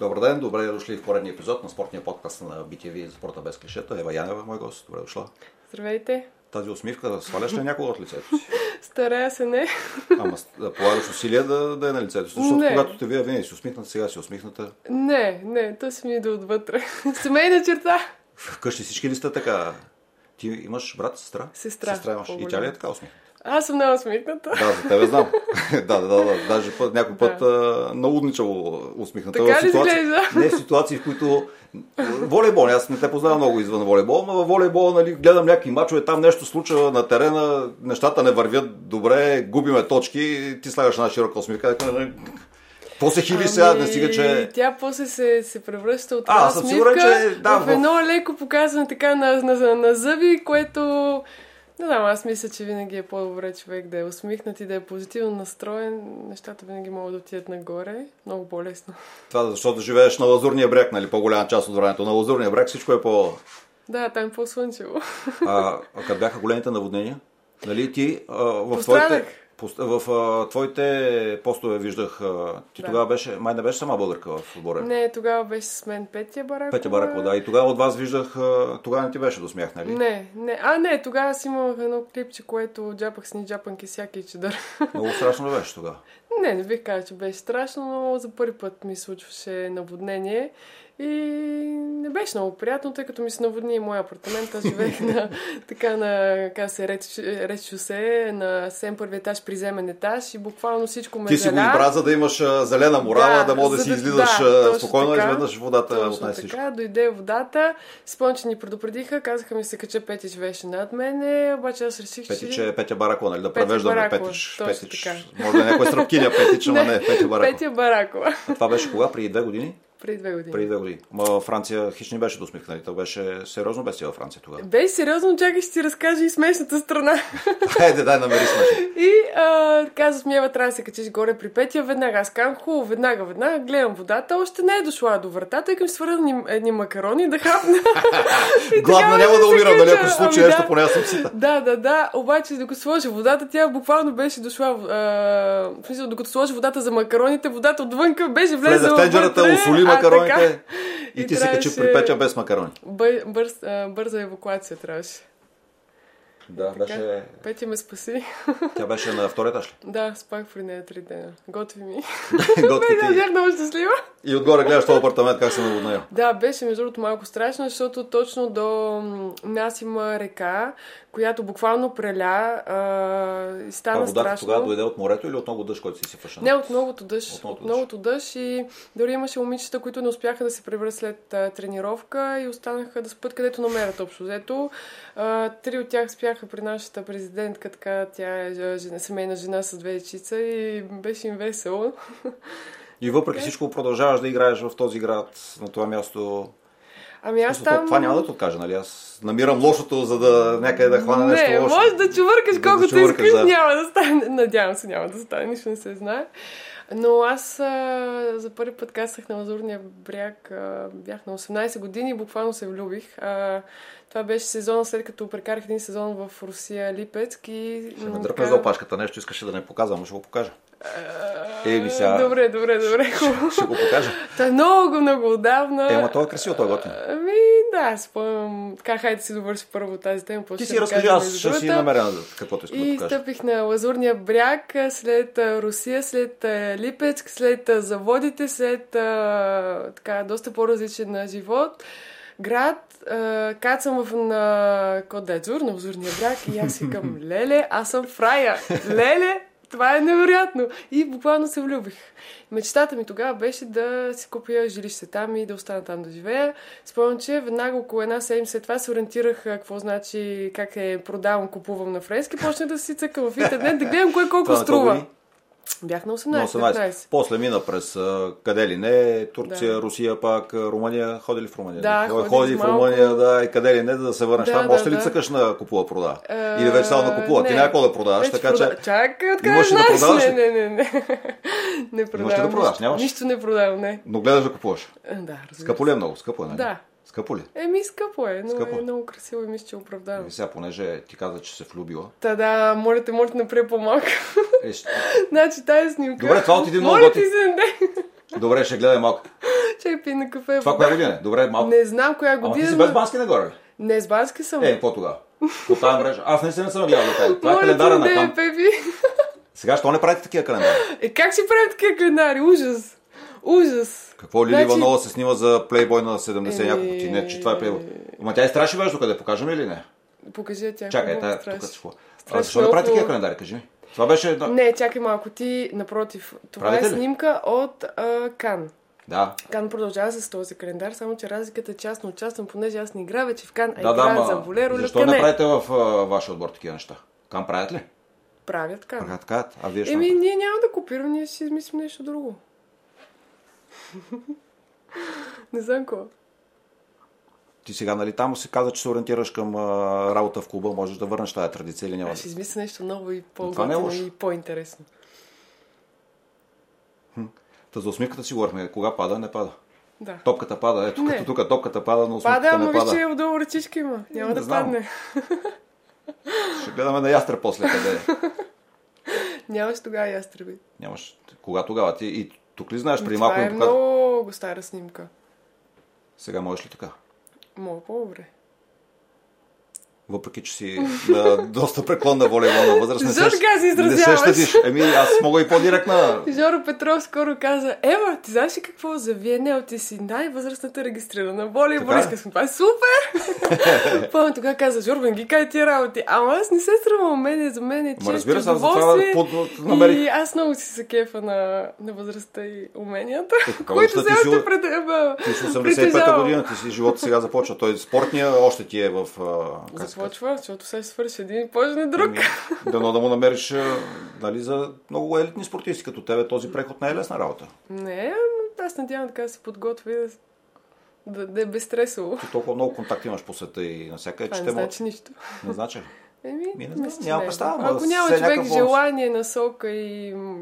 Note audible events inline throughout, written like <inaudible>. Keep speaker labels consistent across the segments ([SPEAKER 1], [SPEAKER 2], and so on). [SPEAKER 1] Добър ден, добре дошли в поредния епизод на спортния подкаст на BTV за спорта без клишета. Ева Янева, мой гост, добре дошла.
[SPEAKER 2] Здравейте.
[SPEAKER 1] Тази усмивка, сваляш
[SPEAKER 2] <laughs>
[SPEAKER 1] ли някого от лицето си?
[SPEAKER 2] Старая се, не.
[SPEAKER 1] Ама да полагаш усилия да, да е на лицето си, защото
[SPEAKER 2] Не.
[SPEAKER 1] когато те вие винаги си усмихната, сега си усмихната.
[SPEAKER 2] Не, не, то си ми идва отвътре. Семейна черта.
[SPEAKER 1] Вкъщи всички ли сте така? Ти имаш брат, сестра?
[SPEAKER 2] Сестра,
[SPEAKER 1] Сестра имаш. И
[SPEAKER 2] по-голям.
[SPEAKER 1] тя ли е така усмихната?
[SPEAKER 2] Аз съм много смихната.
[SPEAKER 1] Да, за тебе знам. <laughs> да, да, да, да. Даже път, някой
[SPEAKER 2] Да.
[SPEAKER 1] път а, наудничаво усмихната.
[SPEAKER 2] Така
[SPEAKER 1] в
[SPEAKER 2] ли
[SPEAKER 1] ситуации,
[SPEAKER 2] изглежда?
[SPEAKER 1] Не в ситуации, в които... Волейбол, аз не те познавам много извън волейбол, но във волейбол нали, гледам някакви мачове, там нещо случва на терена, нещата не вървят добре, губиме точки, ти слагаш една широка усмивка. така, нали, Какво се хили сега,
[SPEAKER 2] Ами,
[SPEAKER 1] не стига, че...
[SPEAKER 2] Тя после се, се превръща от
[SPEAKER 1] А,
[SPEAKER 2] една
[SPEAKER 1] аз съм сигурен,
[SPEAKER 2] усмивка
[SPEAKER 1] че- да,
[SPEAKER 2] в
[SPEAKER 1] в-
[SPEAKER 2] едно леко показване така на, на, на, на зъби, което... Не знам, аз мисля, че винаги е по-добре човек да е усмихнат и да е позитивно настроен. Нещата винаги могат да отидат нагоре. Много по-лесно.
[SPEAKER 1] Това защото живееш на лазурния бряг, нали, по-голяма част от времето. На лазурния бряг всичко е по...
[SPEAKER 2] Да, там е по-слънчево.
[SPEAKER 1] А, а като бяха големите наводнения, нали ти а, в,
[SPEAKER 2] Пострадах.
[SPEAKER 1] твоите, пост- в а, твоите постове виждах, а, ти
[SPEAKER 2] Да.
[SPEAKER 1] тогава беше, май не беше сама българка в отбора.
[SPEAKER 2] Не, тогава беше с мен Петя Баракова.
[SPEAKER 1] Петя Баракова, да. И тогава от вас виждах, а, тогава не ти беше до смях, нали?
[SPEAKER 2] Не, не. А, не, тогава си имах едно клипче, което джапах с ни джапанки всяки чедър. <laughs>
[SPEAKER 1] Много страшно ли беше тогава?
[SPEAKER 2] не, не бих казал, че беше страшно, но за първи път ми случваше наводнение. И не беше много приятно, тъй като ми се наводни и моя апартамент.
[SPEAKER 1] <laughs>
[SPEAKER 2] Аз живеех на, така на, как се реч, реч шосе, на 7 първи етаж, приземен етаж и буквално всичко ме
[SPEAKER 1] Ти си го
[SPEAKER 2] заля.
[SPEAKER 1] избра, за да имаш а, зелена морала, да,
[SPEAKER 2] Да,
[SPEAKER 1] може да
[SPEAKER 2] за
[SPEAKER 1] си
[SPEAKER 2] да-
[SPEAKER 1] излизаш
[SPEAKER 2] да,
[SPEAKER 1] а,
[SPEAKER 2] точно
[SPEAKER 1] спокойно,
[SPEAKER 2] така.
[SPEAKER 1] изведнъж водата
[SPEAKER 2] Точно
[SPEAKER 1] отнесе всичко.
[SPEAKER 2] така, дойде водата. Спомням, че ни предупредиха, казаха ми се кача Петич беше над мене, обаче аз реших,
[SPEAKER 1] Петич
[SPEAKER 2] че...
[SPEAKER 1] е Петя Баракова, нали? Да
[SPEAKER 2] Петя
[SPEAKER 1] превеждаме
[SPEAKER 2] Баракова,
[SPEAKER 1] Петич.
[SPEAKER 2] точно
[SPEAKER 1] Петич.
[SPEAKER 2] така.
[SPEAKER 1] Може да е някоя стръпкиня Петич,
[SPEAKER 2] <laughs>
[SPEAKER 1] ама не, Петя Баракова.
[SPEAKER 2] Петя Баракова.
[SPEAKER 1] А Това беше кога? Преди две години?
[SPEAKER 2] Преди две години.
[SPEAKER 1] Преди две години. Ма Франция хич не беше досмихната. То беше сериозно беше във Франция тогава.
[SPEAKER 2] Бей сериозно, чакай, ще ти разкажа и смешната страна.
[SPEAKER 1] Хайде, дай намери смешно.
[SPEAKER 2] И а, казват ми, ева, трябва да се качиш горе при петия, веднага. Аз казвам, хубаво, веднага, веднага, гледам водата, още не е дошла до вратата, и към свърна ни, едни макарони
[SPEAKER 1] <laughs>
[SPEAKER 2] да хапна. <laughs> И
[SPEAKER 1] Гладна
[SPEAKER 2] тогава
[SPEAKER 1] няма
[SPEAKER 2] ще
[SPEAKER 1] да
[SPEAKER 2] се
[SPEAKER 1] умирам, нали?
[SPEAKER 2] кача.
[SPEAKER 1] Ако се случи
[SPEAKER 2] Ами
[SPEAKER 1] нещо,
[SPEAKER 2] да.
[SPEAKER 1] поне аз съм сита.
[SPEAKER 2] Да, да, да, обаче докато сложи водата, тя буквално беше дошла, а, в смисъл, докато сложи водата за макароните, водата отвънка беше
[SPEAKER 1] Влезе
[SPEAKER 2] влезла
[SPEAKER 1] в тенджерата,
[SPEAKER 2] вътре,
[SPEAKER 1] усоли
[SPEAKER 2] а,
[SPEAKER 1] макароните
[SPEAKER 2] така.
[SPEAKER 1] и
[SPEAKER 2] И
[SPEAKER 1] ти се качи при
[SPEAKER 2] трябваше-
[SPEAKER 1] печа без макарони.
[SPEAKER 2] Бър, бърз, а, бърза евакуация трябваше.
[SPEAKER 1] Да, беше...
[SPEAKER 2] Петя ме спаси.
[SPEAKER 1] Тя беше на втори етаж ли?
[SPEAKER 2] Да, спах при нея три дена. Готви ми.
[SPEAKER 1] Готки
[SPEAKER 2] <laughs> Да,
[SPEAKER 1] ти.
[SPEAKER 2] бях много щастлива.
[SPEAKER 1] И отгоре гледаш този апартамент как се наводнил.
[SPEAKER 2] Да, беше между другото малко страшно, защото точно до м, нас има река, която буквално преля а, и
[SPEAKER 1] А
[SPEAKER 2] стана
[SPEAKER 1] водата
[SPEAKER 2] страшно.
[SPEAKER 1] тогава дойде от морето или от много дъжд, който си сифаше?
[SPEAKER 2] Не, от многото дъжд.
[SPEAKER 1] От
[SPEAKER 2] От
[SPEAKER 1] многото
[SPEAKER 2] многото, дъжд. И дори имаше момичета, които не успяха да се приберат след а, тренировка и останаха да спят където намерят общо. Взето, а, три от тях спяха при нашата президентка, така тя е ж- жена, семейна жена с две дечица и беше им весело.
[SPEAKER 1] И
[SPEAKER 2] е.
[SPEAKER 1] въпреки всичко продължаваш да играеш в този град, на това място.
[SPEAKER 2] Ами аз
[SPEAKER 1] Мисля, това-
[SPEAKER 2] там...
[SPEAKER 1] Това няма да те откажа, нали? Аз намирам лошото, за да някъде да хвана е нещо
[SPEAKER 2] не,
[SPEAKER 1] лошо.
[SPEAKER 2] може да чувъркаш
[SPEAKER 1] Да
[SPEAKER 2] колкото
[SPEAKER 1] зачувъркаш,
[SPEAKER 2] искаш,
[SPEAKER 1] да.
[SPEAKER 2] няма да стане. Надявам се, няма да стане, нищо не се знае. Но аз а, за първи път касах на Лазурния бряг, а, бях на 18 години и буквално се влюбих. А, това беше сезон, след като прекарах един сезон в Русия, Липецк и...
[SPEAKER 1] Ще ме
[SPEAKER 2] м,
[SPEAKER 1] дръпнеш
[SPEAKER 2] така-
[SPEAKER 1] за опашката, нещо искаше да не показвам, но ще го покажа.
[SPEAKER 2] А,
[SPEAKER 1] Еми сега-
[SPEAKER 2] Добре, добре, добре, хубаво.
[SPEAKER 1] Е, Ще го покажа.
[SPEAKER 2] Та е много, много отдавна.
[SPEAKER 1] Е, ама той е красиво, той е готин.
[SPEAKER 2] Ами, да, спомням. Така, хайде да си довърши първо тази тема. после
[SPEAKER 1] Ти
[SPEAKER 2] ще
[SPEAKER 1] си разкажи,
[SPEAKER 2] кажем
[SPEAKER 1] аз
[SPEAKER 2] за
[SPEAKER 1] ще си
[SPEAKER 2] другата.
[SPEAKER 1] намеря за каквото искам да
[SPEAKER 2] И
[SPEAKER 1] покажа.
[SPEAKER 2] стъпих на Лазурния бряг, а, след а, Русия, след а, Липецк, след а, заводите, след а, така, доста по-различен а, живот. Град, а, кацам в на Кодецур, на Лазурния бряг
[SPEAKER 1] <laughs>
[SPEAKER 2] и аз си към Леле, аз съм фрая. Леле, това е невероятно. И буквално се влюбих. Мечтата ми тогава беше да си купя жилище там и да остана там да живея. Спомням, че веднага около една седмица след това се ориентирах а, какво значи, как е продавам, купувам на френски. Почнах да си цъкам в интернет, да гледам кое колко
[SPEAKER 1] Това е на колко
[SPEAKER 2] струва.
[SPEAKER 1] години?
[SPEAKER 2] Бях на 18,
[SPEAKER 1] На
[SPEAKER 2] 18.
[SPEAKER 1] 18. После мина през а, къде ли не, Турция,
[SPEAKER 2] Да.
[SPEAKER 1] Русия пак, а, Румъния. Ходи ли в Румъния?
[SPEAKER 2] Да,
[SPEAKER 1] Кой
[SPEAKER 2] ходих
[SPEAKER 1] ходи в
[SPEAKER 2] малко.
[SPEAKER 1] Румъния, да, и къде ли не, за да се върнеш
[SPEAKER 2] Да,
[SPEAKER 1] там.
[SPEAKER 2] да,
[SPEAKER 1] Още ли
[SPEAKER 2] да.
[SPEAKER 1] цъкаш на купува прода?
[SPEAKER 2] Е,
[SPEAKER 1] Или вече само на купува? Ти
[SPEAKER 2] не.
[SPEAKER 1] няма какво да продаваш,
[SPEAKER 2] Вече
[SPEAKER 1] така че
[SPEAKER 2] прода- Чакай, откъде
[SPEAKER 1] Имаш ли да
[SPEAKER 2] знаеш?
[SPEAKER 1] продаваш ли?
[SPEAKER 2] Не, не, <laughs> не, не. не продавам.
[SPEAKER 1] да продаваш,
[SPEAKER 2] нищо.
[SPEAKER 1] нямаш?
[SPEAKER 2] Нищо не продавам, не.
[SPEAKER 1] но гледаш да купуваш.
[SPEAKER 2] Е, Да, разбира
[SPEAKER 1] Скъпо ли е много? Скъпо е, нали?
[SPEAKER 2] Да.
[SPEAKER 1] Скъпо ли?
[SPEAKER 2] се. Еми, скъпо е, но
[SPEAKER 1] Скъпо.
[SPEAKER 2] е много красиво и мисля, че е оправдано.
[SPEAKER 1] И сега, понеже ти каза, че се влюбила.
[SPEAKER 2] Та да, моля те, моля те, направи по-малко.
[SPEAKER 1] Е, ще-
[SPEAKER 2] значи тази снимка.
[SPEAKER 1] Добре, това отиде много
[SPEAKER 2] Моля ти
[SPEAKER 1] готино.
[SPEAKER 2] <laughs> се, не.
[SPEAKER 1] Добре, ще гледай малко.
[SPEAKER 2] черпи на кафе.
[SPEAKER 1] Това коя година е? Добре, малко.
[SPEAKER 2] Не знам коя
[SPEAKER 1] Ама ти
[SPEAKER 2] година.
[SPEAKER 1] си
[SPEAKER 2] но-
[SPEAKER 1] без бански нагоре. ли?
[SPEAKER 2] Не, с Бански съм.
[SPEAKER 1] Е, какво тогава? По тази мрежа. Аз наистина не съм гледал до края. Това е
[SPEAKER 2] Моля те,
[SPEAKER 1] календара на
[SPEAKER 2] не,
[SPEAKER 1] камп.
[SPEAKER 2] певи.
[SPEAKER 1] Сега, що не правите такива календари?
[SPEAKER 2] Е, как ще правим такива календари? Ужас. Ужас.
[SPEAKER 1] Какво Лили
[SPEAKER 2] Значи-
[SPEAKER 1] Иванова се снима за плейбой на 70
[SPEAKER 2] Еми-
[SPEAKER 1] няколко ти? Не, че това е плейбой. Ама тя е страшно беше къде, покажем ли или не?
[SPEAKER 2] Покажи я тя.
[SPEAKER 1] Чакай,
[SPEAKER 2] Е, много
[SPEAKER 1] тая
[SPEAKER 2] страшна.
[SPEAKER 1] тук е се хва. А
[SPEAKER 2] Страшно
[SPEAKER 1] защо не прави
[SPEAKER 2] много.
[SPEAKER 1] такива календари, кажи ми? Това беше една...
[SPEAKER 2] Не, чакай малко. Ти, напротив, това
[SPEAKER 1] Правите
[SPEAKER 2] е
[SPEAKER 1] ли?
[SPEAKER 2] снимка от а, Кан.
[SPEAKER 1] Да,
[SPEAKER 2] Кан продължава с този календар, само че разликата е частно частно, понеже аз не играя вече в Кан, а
[SPEAKER 1] да, да,
[SPEAKER 2] играя
[SPEAKER 1] ма...
[SPEAKER 2] Е, за Болеро
[SPEAKER 1] Защо не
[SPEAKER 2] Люкане.
[SPEAKER 1] правите в а, вашия отбор такива неща? Кам правят ли?
[SPEAKER 2] Правят Кан.
[SPEAKER 1] Правят, правят. А вие
[SPEAKER 2] Еми,
[SPEAKER 1] ще...
[SPEAKER 2] Ами, ние няма да копираме, ние ще измислим нещо друго. <laughs> не знам какво.
[SPEAKER 1] Ти сега, нали, там си каза, че се ориентираш към а, работа в клуба, можеш да върнеш тази традиция или няма.
[SPEAKER 2] Аз ще измисля нещо ново и
[SPEAKER 1] това не е
[SPEAKER 2] по-готино
[SPEAKER 1] лошо.
[SPEAKER 2] и по-интересно.
[SPEAKER 1] Та за усмивката си говорихме, кога пада, не пада.
[SPEAKER 2] Да.
[SPEAKER 1] Топката пада, ето
[SPEAKER 2] Не.
[SPEAKER 1] като тук топката пада, но
[SPEAKER 2] Пада,
[SPEAKER 1] усмивката
[SPEAKER 2] ама
[SPEAKER 1] не
[SPEAKER 2] виж, че
[SPEAKER 1] пада.
[SPEAKER 2] е отдолу ръчички има. Няма
[SPEAKER 1] Не
[SPEAKER 2] да
[SPEAKER 1] знам.
[SPEAKER 2] падне. <laughs>
[SPEAKER 1] Ще гледаме на ястра после къде е.
[SPEAKER 2] Нямаш тогава ястреби.
[SPEAKER 1] Нямаш. Кога тогава? Ти и тук ли знаеш? Преди
[SPEAKER 2] Това
[SPEAKER 1] малко
[SPEAKER 2] е
[SPEAKER 1] ми показа.
[SPEAKER 2] много стара снимка.
[SPEAKER 1] Сега можеш ли така?
[SPEAKER 2] Много по-добре.
[SPEAKER 1] Въпреки, че си на <laughs> доста преклонна волейболна възраст.
[SPEAKER 2] Защо така се изразяваш?
[SPEAKER 1] Не се щадиш. Еми, аз мога и по-директна.
[SPEAKER 2] Жоро Петров скоро каза, Ева, ти знаеш ли какво за Виенел? Ти си най-възрастната регистрирана волейболистка. Съм това
[SPEAKER 1] <laughs>
[SPEAKER 2] е супер! Пълно тогава каза, Жоро, не ги кай ти работи. Ама аз не се срамвам, мен е за мен е
[SPEAKER 1] Ма
[SPEAKER 2] чест и
[SPEAKER 1] разбира се, аз за това
[SPEAKER 2] удоволствие.
[SPEAKER 1] под- намерих.
[SPEAKER 2] И аз много си се кефа на, на възрастта и уменията,
[SPEAKER 1] така,
[SPEAKER 2] <laughs> <laughs> които
[SPEAKER 1] възрастта
[SPEAKER 2] все
[SPEAKER 1] ти си
[SPEAKER 2] още
[SPEAKER 1] у-
[SPEAKER 2] пред... а,
[SPEAKER 1] Ти си 85-та
[SPEAKER 2] притежавам.
[SPEAKER 1] година, ти си живота сега започва. Той спортния още ти е в... а, как се казва?
[SPEAKER 2] Започва, защото сега ще свърши един и почне друг.
[SPEAKER 1] Ами, Дано да му намериш а, нали, за много елитни спортисти като тебе. Този преход не е лесна работа.
[SPEAKER 2] Не, но аз надявам така да се подготви да, да, да е безстресово.
[SPEAKER 1] Ти толкова много контакти имаш по света и навсякъде,
[SPEAKER 2] Това
[SPEAKER 1] че
[SPEAKER 2] не
[SPEAKER 1] те могат...
[SPEAKER 2] значи нищо.
[SPEAKER 1] Не значи. ли?
[SPEAKER 2] Еми,
[SPEAKER 1] Ми, не знам,
[SPEAKER 2] мисля, че
[SPEAKER 1] няма
[SPEAKER 2] не е.
[SPEAKER 1] представа, ама
[SPEAKER 2] Ако няма
[SPEAKER 1] все е
[SPEAKER 2] човек
[SPEAKER 1] някакъв бонус.
[SPEAKER 2] желание, насока и, м,